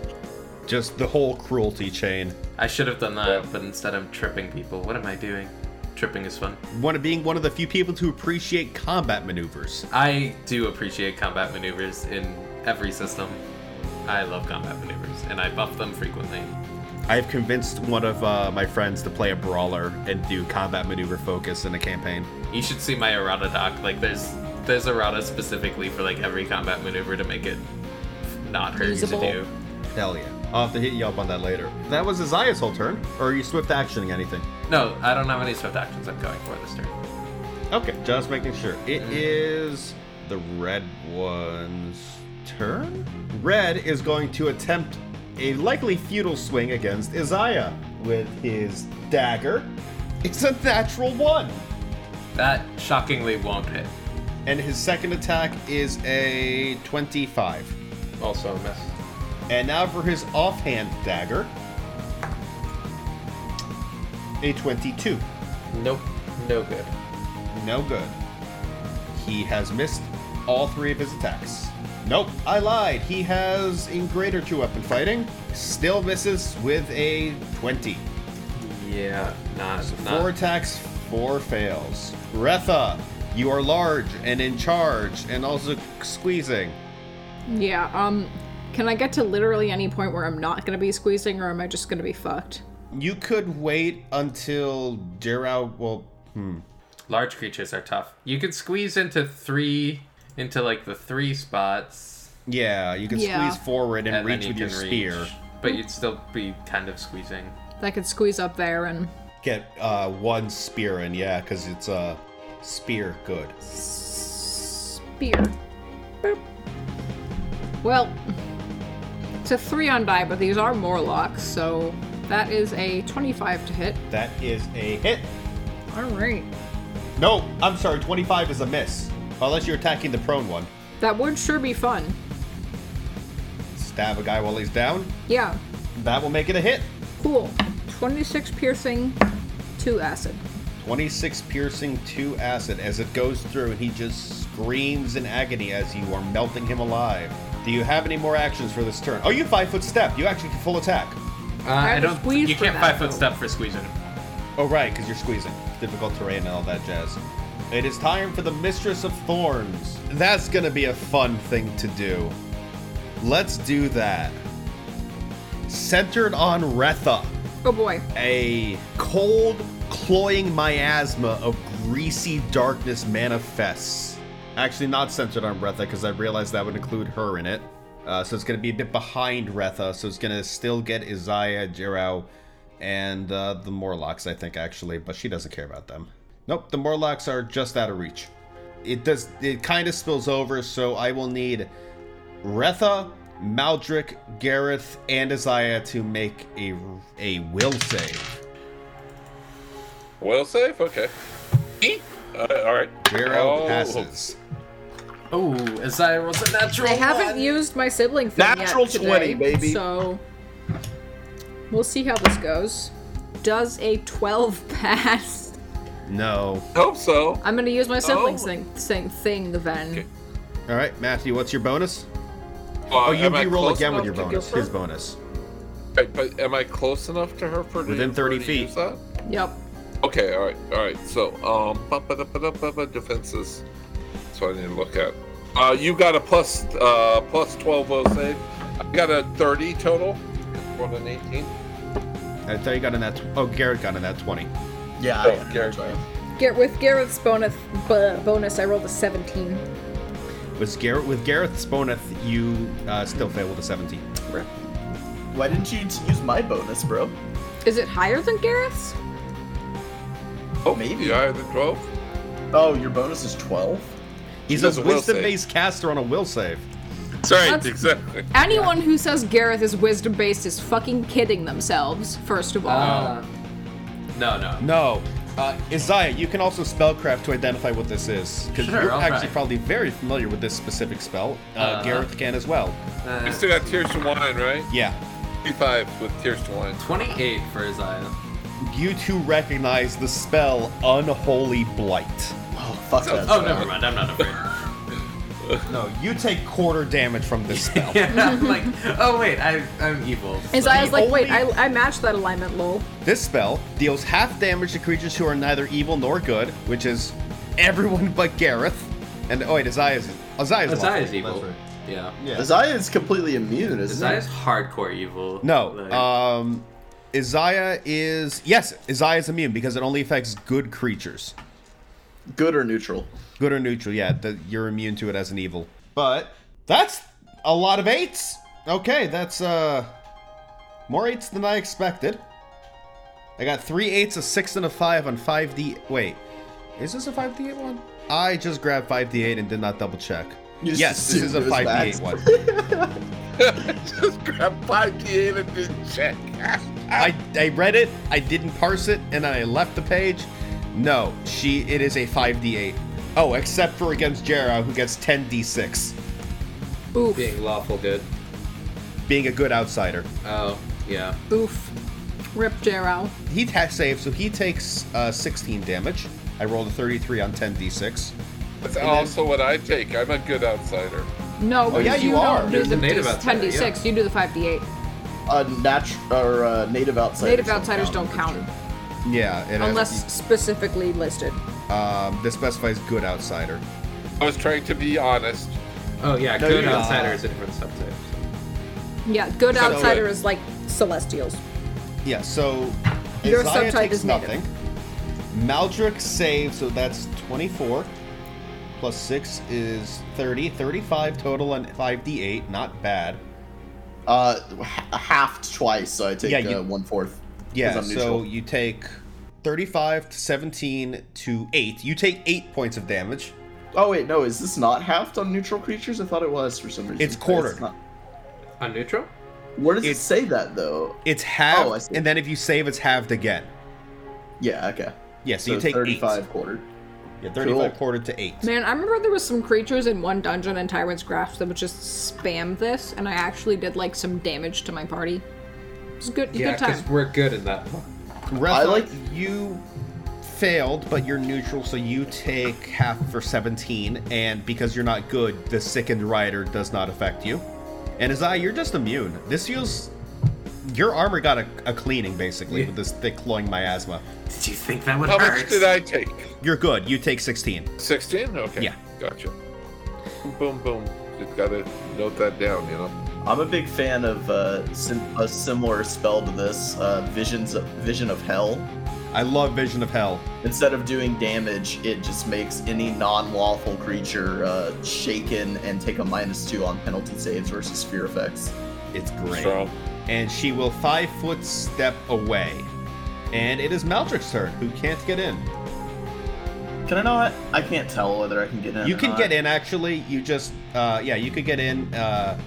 Speaker 1: Just the whole cruelty chain.
Speaker 2: I should have done that, but instead I'm tripping people. What am I doing? Tripping is fun.
Speaker 1: One of being one of the few people to appreciate combat maneuvers.
Speaker 2: I do appreciate combat maneuvers in every system. I love combat maneuvers, and I buff them frequently.
Speaker 1: I've convinced one of uh, my friends to play a brawler and do combat maneuver focus in a campaign.
Speaker 2: You should see my errata doc. Like there's there's errata specifically for like every combat maneuver to make it not hard to
Speaker 4: Usable.
Speaker 2: do.
Speaker 1: Hell yeah. I'll have to hit you up on that later. That was Isaiah's whole turn. Or are you swift actioning anything?
Speaker 2: No, I don't have any swift actions I'm going for this turn.
Speaker 1: Okay, just making sure. It is the red one's turn. Red is going to attempt a likely futile swing against Isaiah with his dagger. It's a natural one.
Speaker 2: That shockingly won't hit.
Speaker 1: And his second attack is a 25.
Speaker 2: Also a miss.
Speaker 1: And now for his offhand dagger. A 22.
Speaker 2: Nope. No good.
Speaker 1: No good. He has missed all three of his attacks. Nope, I lied. He has in greater two weapon fighting. Still misses with a 20.
Speaker 2: Yeah, not not.
Speaker 1: Four attacks, four fails. Retha, you are large and in charge and also squeezing.
Speaker 4: Yeah, um, can I get to literally any point where I'm not gonna be squeezing or am I just gonna be fucked?
Speaker 1: You could wait until Jirao. Well, hmm.
Speaker 2: large creatures are tough. You could squeeze into three, into like the three spots,
Speaker 1: Yeah, you can
Speaker 4: Yeah.
Speaker 1: squeeze forward and,
Speaker 2: and
Speaker 1: reach
Speaker 2: then
Speaker 1: with
Speaker 2: you
Speaker 1: your
Speaker 2: can
Speaker 1: spear.
Speaker 2: reach. But you'd still be kind of squeezing.
Speaker 4: I could squeeze up there and
Speaker 1: Get uh, one spear in, yeah, because it's uh, spear good.
Speaker 4: spear. Boop. Well, it's a three on die, but these are Morlocks, so that is a 25 to hit.
Speaker 1: That is a hit.
Speaker 4: Alright.
Speaker 1: No, I'm sorry, 25 is a miss. Unless you're attacking the prone one.
Speaker 4: That would sure be fun.
Speaker 1: Stab a guy while he's down.
Speaker 4: Yeah,
Speaker 1: That will make it a hit.
Speaker 4: cool. 26 piercing, 2 acid.
Speaker 1: 26 piercing, 2 acid as it goes through, and he just screams in agony as you are melting him alive. Do you have any more actions for this turn? Oh, you 5 foot step. You actually can full attack.
Speaker 2: Uh,
Speaker 4: I
Speaker 2: I,
Speaker 4: have a
Speaker 2: don't.
Speaker 4: squeeze
Speaker 2: You
Speaker 4: for
Speaker 2: can't
Speaker 4: that,
Speaker 2: five foot
Speaker 4: though.
Speaker 2: step for squeezing.
Speaker 1: Oh, right, because you're squeezing. Difficult terrain and all that jazz. It is time for the Mistress of Thorns. That's going to be a fun thing to do. Let's do that. Centered on Retha,
Speaker 4: Oh boy.
Speaker 1: a cold, cloying miasma of greasy darkness manifests. Actually, not centered on Retha, because I realized that would include her in it. Uh, so it's going to be a bit behind Retha, so it's going to still get Isaiah, Jirao, and uh, the Morlocks, I think, actually, but she doesn't care about them. Nope, the Morlocks are just out of reach. It does. It kind of spills over, so I will need Retha, Maldrick, Gareth, and Isaiah to make a a will save.
Speaker 3: Well safe. Okay. Uh, all right.
Speaker 1: Zero
Speaker 3: Oh.
Speaker 1: passes.
Speaker 2: Oh, Isaiah rolls a natural.
Speaker 4: I haven't used my sibling thing
Speaker 5: Natural
Speaker 4: yet today,
Speaker 5: 20, baby.
Speaker 4: So we'll see how this goes. Does a 12 pass?
Speaker 1: No.
Speaker 3: Hope so.
Speaker 4: I'm gonna use my siblings
Speaker 3: Oh.
Speaker 4: thing, thing, thing then.
Speaker 3: Okay.
Speaker 1: All right, Matthew, what's your bonus? Oh, you
Speaker 3: am I
Speaker 1: re-roll
Speaker 3: close
Speaker 1: again with your
Speaker 3: enough to
Speaker 1: bonus.
Speaker 3: get her?
Speaker 1: His bonus.
Speaker 3: Right, but am I close enough to her for
Speaker 1: Within
Speaker 3: to,
Speaker 1: 30
Speaker 3: for to
Speaker 1: feet.
Speaker 3: use that?
Speaker 4: Yep.
Speaker 3: Okay. All right. All right. So um, ba-ba-da-ba-da-ba-ba defenses. That's what I need to look at. Uh, you got a plus uh plus twelve will save. I got a thirty total. One an eighteen.
Speaker 1: I thought you got in that. Tw- oh, Garrett got in that twenty.
Speaker 5: Yeah,
Speaker 3: Oh,
Speaker 5: I
Speaker 3: Garrett.
Speaker 5: got it.
Speaker 4: Get with Gareth's bonus. bu- bonus, I rolled a 17.
Speaker 1: With, Gar- with Gareth's bonus, you uh, still fail with a 17.
Speaker 5: Why didn't you t- use my bonus, bro?
Speaker 4: Is it higher than Gareth's?
Speaker 3: Oh,
Speaker 5: Maybe.
Speaker 3: You higher than 12?
Speaker 5: Oh, your bonus is 12?
Speaker 1: He's
Speaker 3: does
Speaker 1: a
Speaker 3: a will
Speaker 1: wisdom based caster on a will save.
Speaker 3: That's right,
Speaker 4: That's-
Speaker 3: exactly.
Speaker 4: Anyone who says Gareth is wisdom based is fucking kidding themselves, first of all.
Speaker 2: Uh, no, no.
Speaker 1: No. Uh, Isaiah, you can also spellcraft to identify what this is. Because
Speaker 2: Sure,
Speaker 1: you're
Speaker 2: I'll
Speaker 1: actually
Speaker 2: try.
Speaker 1: probably very familiar with this specific spell. Uh,
Speaker 2: Uh-huh.
Speaker 1: Gareth can as well.
Speaker 3: You
Speaker 2: Uh,
Speaker 3: still got Tears to Wine, right?
Speaker 1: Yeah.
Speaker 3: 55 with Tears to Wine.
Speaker 2: 28 for Isaiah.
Speaker 1: You two recognize the spell Unholy Blight.
Speaker 5: Oh, fuck that.
Speaker 2: Oh,
Speaker 5: spell.
Speaker 2: never mind. I'm not afraid.
Speaker 1: No, you take quarter damage from this spell.
Speaker 2: yeah, I'm like, oh wait, I, I'm evil.
Speaker 4: Isaiah's like, wait,
Speaker 1: only-
Speaker 4: I, I matched that alignment, lol.
Speaker 1: This spell deals half damage to creatures who are neither evil nor good, which is everyone but Gareth. And oh wait, Isaiah's Isaiah's,
Speaker 2: Isaiah's
Speaker 1: lawful.
Speaker 2: evil.
Speaker 1: That's right.
Speaker 2: Yeah.
Speaker 1: Yeah.
Speaker 5: Isaiah is completely immune, isn't
Speaker 2: Isaiah's hardcore evil.
Speaker 1: No.
Speaker 2: Like,
Speaker 1: Um, Isaiah is yes. Isaiah is immune because it only affects good creatures,
Speaker 5: he? Good or neutral?
Speaker 1: good or neutral. Yeah, the, you're immune to it as an evil. But that's a lot of eights. Okay, that's uh more eights than I expected. I got three eights, a six, and a five on five D. Wait, is this a five D eight one? I just grabbed five D eight and did not double check.
Speaker 5: You just
Speaker 1: yes, this is a
Speaker 5: assumed it was
Speaker 1: five D eight one.
Speaker 5: max.
Speaker 3: Just grab 5d8 and didn't check.
Speaker 1: I, I read it, I didn't parse it, and I left the page. No, she it is a 5d8. Oh, except for against Jera, who gets 10d6,
Speaker 4: Oof.
Speaker 2: being lawful good.
Speaker 1: being a good outsider.
Speaker 2: Oh, yeah.
Speaker 4: Oof. Rip Jarrow.
Speaker 1: He ta- saves, so he takes uh, 16 damage. I rolled a 33 on 10d6.
Speaker 3: That's also what I take. I'm a good outsider.
Speaker 4: No, but
Speaker 1: yeah,
Speaker 4: you,
Speaker 1: you are.
Speaker 4: don't do
Speaker 2: There's
Speaker 4: the
Speaker 2: a native
Speaker 4: d-
Speaker 2: outsider,
Speaker 4: 10d6, you do the 5d8.
Speaker 5: A Uh, natu- or uh, native outsiders.
Speaker 4: Native
Speaker 5: don't
Speaker 4: outsiders don't count.
Speaker 1: Yeah, and I-
Speaker 4: Unless specifically listed.
Speaker 1: um, this specifies good outsider.
Speaker 3: I was trying to be honest.
Speaker 2: Oh yeah,
Speaker 1: No,
Speaker 2: good
Speaker 1: you're not.
Speaker 2: outsider is a different subtype.
Speaker 4: Yeah, good
Speaker 3: So-
Speaker 4: outsider is like celestials.
Speaker 1: Yeah, so
Speaker 4: Your
Speaker 1: Isaiah
Speaker 4: subtype
Speaker 1: takes
Speaker 4: is native.
Speaker 1: nothing. Maldrick saves, so that's 24. Plus 6 is 30. 35 total on 5d8. Not bad.
Speaker 5: Uh, h- halved twice, so I take
Speaker 1: Yeah, you-
Speaker 5: uh, one fourth.
Speaker 1: Yeah,
Speaker 5: I'm
Speaker 1: so
Speaker 5: neutral.
Speaker 1: you take 35 to 17 to 8. You take 8 points of damage.
Speaker 5: Oh wait, no, is this not halved on neutral creatures? I thought it was for some reason.
Speaker 1: It's quartered.
Speaker 5: not.
Speaker 2: On neutral?
Speaker 5: Where does
Speaker 1: It's-
Speaker 5: it say that though?
Speaker 1: It's halved,
Speaker 5: Oh, I see.
Speaker 1: and then if you save, it's halved again.
Speaker 5: Yeah, okay.
Speaker 1: Yeah, so, you take
Speaker 5: 35
Speaker 1: 8.
Speaker 5: quartered.
Speaker 1: Yeah, 35
Speaker 5: Cool.
Speaker 1: quartered to 8.
Speaker 4: Man, I remember there was some creatures in one dungeon in Tyrant's Grasp that would just spam this, and I actually did like some damage to my party. It was a good,
Speaker 2: Yeah,
Speaker 4: good time.
Speaker 2: because we're good in that one.
Speaker 1: Retha,
Speaker 5: I like-
Speaker 1: you failed, but you're neutral, so you take half for 17, and because you're not good, the sickened rider does not affect you. And Azai, you're just immune. This feels your armor got a, a cleaning basically
Speaker 2: Yeah.
Speaker 1: with this thick clawing miasma.
Speaker 2: Did you think that would
Speaker 3: How much did I take?
Speaker 1: You're good. You take 16.
Speaker 3: 16? Okay.
Speaker 1: Yeah.
Speaker 3: Gotcha. Boom, boom. Just gotta note that down, you know?
Speaker 5: I'm a big fan of uh, sim- a similar spell to this, uh, visions of, vision of hell.
Speaker 1: I love Vision of Hell.
Speaker 5: Instead of doing damage, it just makes any non-lawful creature uh, shaken and take a minus two on penalty saves versus fear effects.
Speaker 1: It's great.
Speaker 3: Strong.
Speaker 1: And she will five foot step away. And it is Maldrick's turn, who can't get in.
Speaker 5: Can I not? I can't tell whether I can get in.
Speaker 1: You
Speaker 5: or
Speaker 1: can
Speaker 5: not.
Speaker 1: get in actually. You just uh, yeah, you could get in. Uh,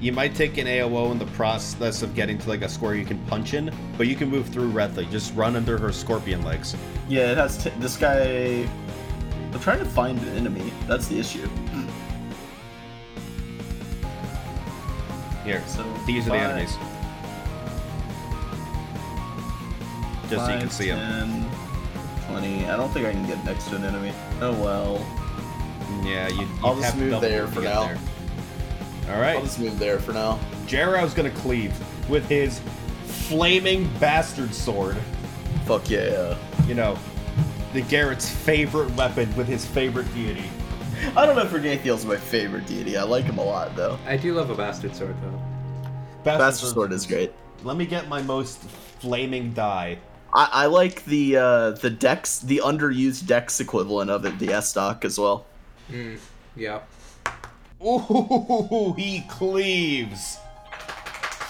Speaker 1: you might take an AOO in the process of getting to like a square you can punch in, but you can move through Retha. Just run under her scorpion legs.
Speaker 5: Yeah, it has. T- this guy. I'm trying to find an enemy. That's the issue.
Speaker 1: Here,
Speaker 5: So
Speaker 1: these are the
Speaker 5: five-
Speaker 1: enemies. Just so you can see them.
Speaker 5: 10, 20. I don't think I can get next to an enemy. Oh well.
Speaker 1: Yeah, you. you
Speaker 5: I'll just
Speaker 1: have to
Speaker 5: move
Speaker 1: double
Speaker 5: there
Speaker 1: to
Speaker 5: for
Speaker 1: get
Speaker 5: now.
Speaker 1: All
Speaker 5: I'll
Speaker 1: right,
Speaker 5: just move there for now.
Speaker 1: Jarrow's gonna cleave with his flaming bastard sword.
Speaker 5: Fuck yeah.
Speaker 1: You know, the Garrett's favorite weapon with his favorite deity.
Speaker 5: I don't know if Regathiel's my favorite deity. I like him a lot though.
Speaker 2: I do love a bastard sword though.
Speaker 5: Bastard Sword is great.
Speaker 1: Let me get my most flaming die.
Speaker 5: I, I like the uh, the Dex, the underused Dex equivalent of it, the S stock as well.
Speaker 2: Yeah.
Speaker 1: Ooh, he cleaves.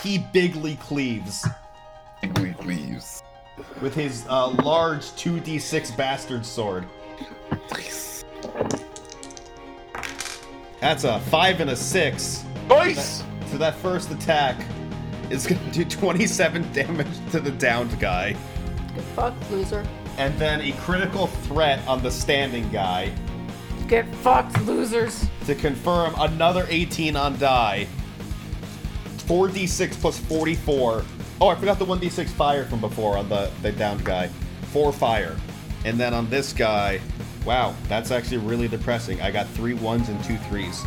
Speaker 1: He bigly cleaves
Speaker 5: Bigly leaves.
Speaker 1: with his uh, large 2d6 bastard sword.
Speaker 3: Nice.
Speaker 1: That's a 5 and a 6.
Speaker 3: Nice.
Speaker 1: So that first attack is going to do 27 damage to the downed guy.
Speaker 4: Good fuck, loser.
Speaker 1: And then a critical threat on the standing guy
Speaker 4: Get fucked, losers.
Speaker 1: to confirm another 18 on die. 4d6 plus 44. Oh, I forgot the 1d6 fire from before on the, the downed guy. 4 fire. And then on this guy, wow, that's actually really depressing. I got three ones and two threes.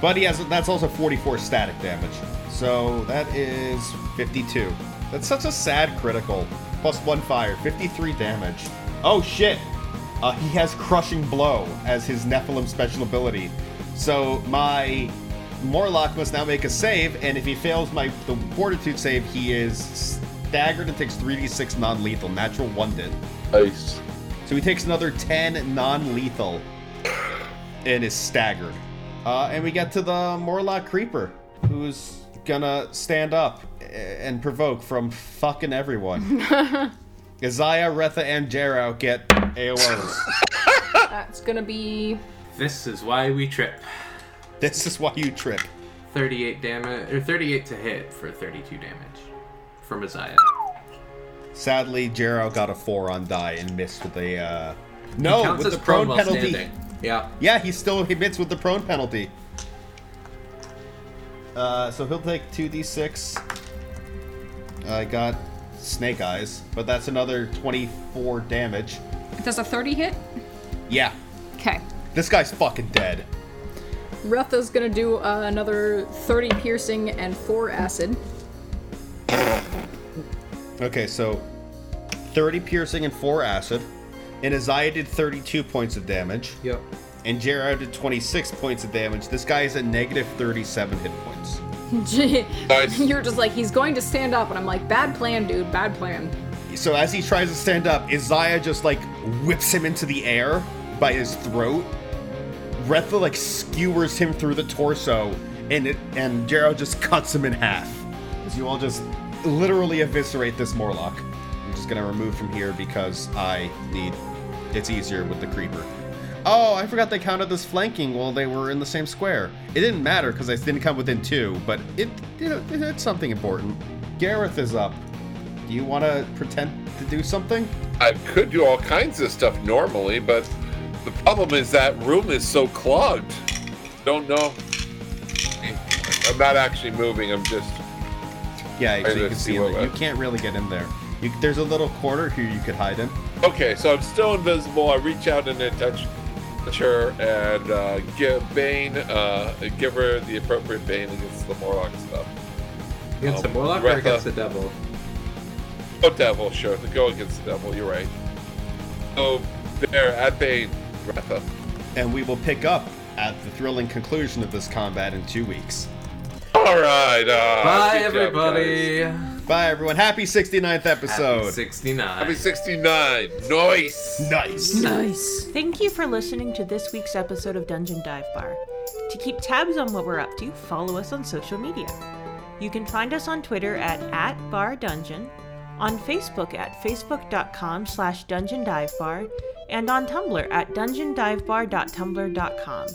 Speaker 1: But he has that's also 44 static damage. So that is 52. That's such a sad critical. Plus 1 fire, 53 damage. Oh shit! Uh, he has Crushing Blow as his Nephilim special ability. So my Morlock must now make a save, and if he fails my the Fortitude save, he is staggered and takes 3d6 non-lethal. Natural one did.
Speaker 3: Nice.
Speaker 1: So he takes another 10 non lethal and is staggered. Uh, and we get to the Morlock Creeper, who's gonna stand up a- and provoke from fucking everyone. Isaiah, Retha, and Jero get AOs.
Speaker 4: That's gonna be.
Speaker 2: This is why we trip.
Speaker 1: this is why you trip.
Speaker 2: 38 damage, or 38 to hit for 32 damage from Isaiah.
Speaker 1: Sadly, Jero got a 4 on die and missed with the. Uh...
Speaker 2: He
Speaker 1: No,
Speaker 2: counts
Speaker 1: with
Speaker 2: as
Speaker 1: the
Speaker 2: prone
Speaker 1: prone
Speaker 2: while
Speaker 1: penalty.
Speaker 2: standing. Yeah.
Speaker 1: Yeah, he still hits with the prone penalty. Uh, so he'll take 2d6. I got snake eyes, but that's another 24 damage.
Speaker 4: Does a 30 hit?
Speaker 1: Yeah,
Speaker 4: Okay.
Speaker 1: this guy's fucking dead.
Speaker 4: Retha's gonna do uh, another 30 piercing and 4 acid.
Speaker 1: Okay, so 30 piercing and 4 acid. And Isaiah did 32 points of damage.
Speaker 2: Yep.
Speaker 1: And Jared did 26 points of damage. This guy is at negative 37 hit points.
Speaker 3: Nice.
Speaker 4: You're just like, he's going to stand up, and I'm like, bad plan, dude, bad plan.
Speaker 1: So as he tries to stand up, Isaiah just like whips him into the air by his throat. Retha like skewers him through the torso, and it and Jero just cuts him in half. As you all just literally eviscerate this Morlock. I'm just gonna remove from here because I need. It's easier with the creeper. Oh, I forgot they counted this flanking while they were in the same square. It didn't matter because I didn't come within two, but it, it, it's something important. Gareth is up. Do you want to pretend to do something?
Speaker 3: I could do all kinds of stuff normally, but the problem is that room is so clogged. Don't know. I'm not actually moving. I'm just.
Speaker 1: Yeah, so you
Speaker 3: let's
Speaker 1: can
Speaker 3: see
Speaker 1: see. in
Speaker 3: what-
Speaker 1: there. You can't really get in there. You, there's a little corner here you could hide in.
Speaker 3: Okay, so I'm still invisible. I reach out and I touch, touch her and uh, give Bane, uh, give her the appropriate Bane against the Morlock stuff.
Speaker 2: Against
Speaker 3: Um,
Speaker 2: the
Speaker 1: Oh,
Speaker 2: Morlock or
Speaker 3: Retha.
Speaker 2: against the Devil?
Speaker 3: Oh, devil, sure. The go against the devil. You're right. So there at Bane, Retha.
Speaker 1: And we will pick up at the thrilling conclusion of this combat in two weeks.
Speaker 3: All right. Uh,
Speaker 1: Ah,
Speaker 2: Bye,
Speaker 3: good job, guys.
Speaker 2: everybody.
Speaker 1: Bye, everyone. Happy 69th
Speaker 2: Happy
Speaker 1: episode.
Speaker 2: 69.
Speaker 3: Happy 69. Nice.
Speaker 1: nice.
Speaker 4: Nice.
Speaker 6: Thank you for listening to this week's episode of Dungeon Dive Bar. To keep tabs on what we're up to, follow us on social media. You can find us on Twitter at, at @bardungeon, on Facebook at facebook.com slash dungeon dive bar, and on Tumblr at dungeondivebar.tumblr.com.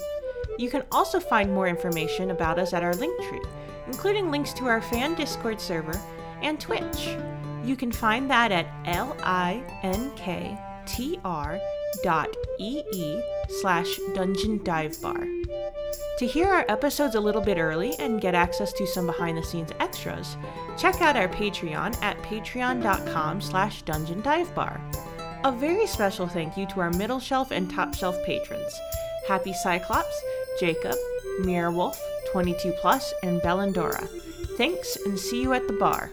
Speaker 6: You can also find more information about us at our Linktree, including links to our fan Discord server and Twitch. You can find that at linktr dot ee slash dungeon dive bar. To hear our episodes a little bit early and get access to some behind the scenes extras, check out our Patreon at patreon.com slash dungeon dive bar. A very special thank you to our middle shelf and top shelf patrons Happy Cyclops, Jacob, Mirror Wolf, 22 Plus, and Bellendora. Thanks and see you at the bar.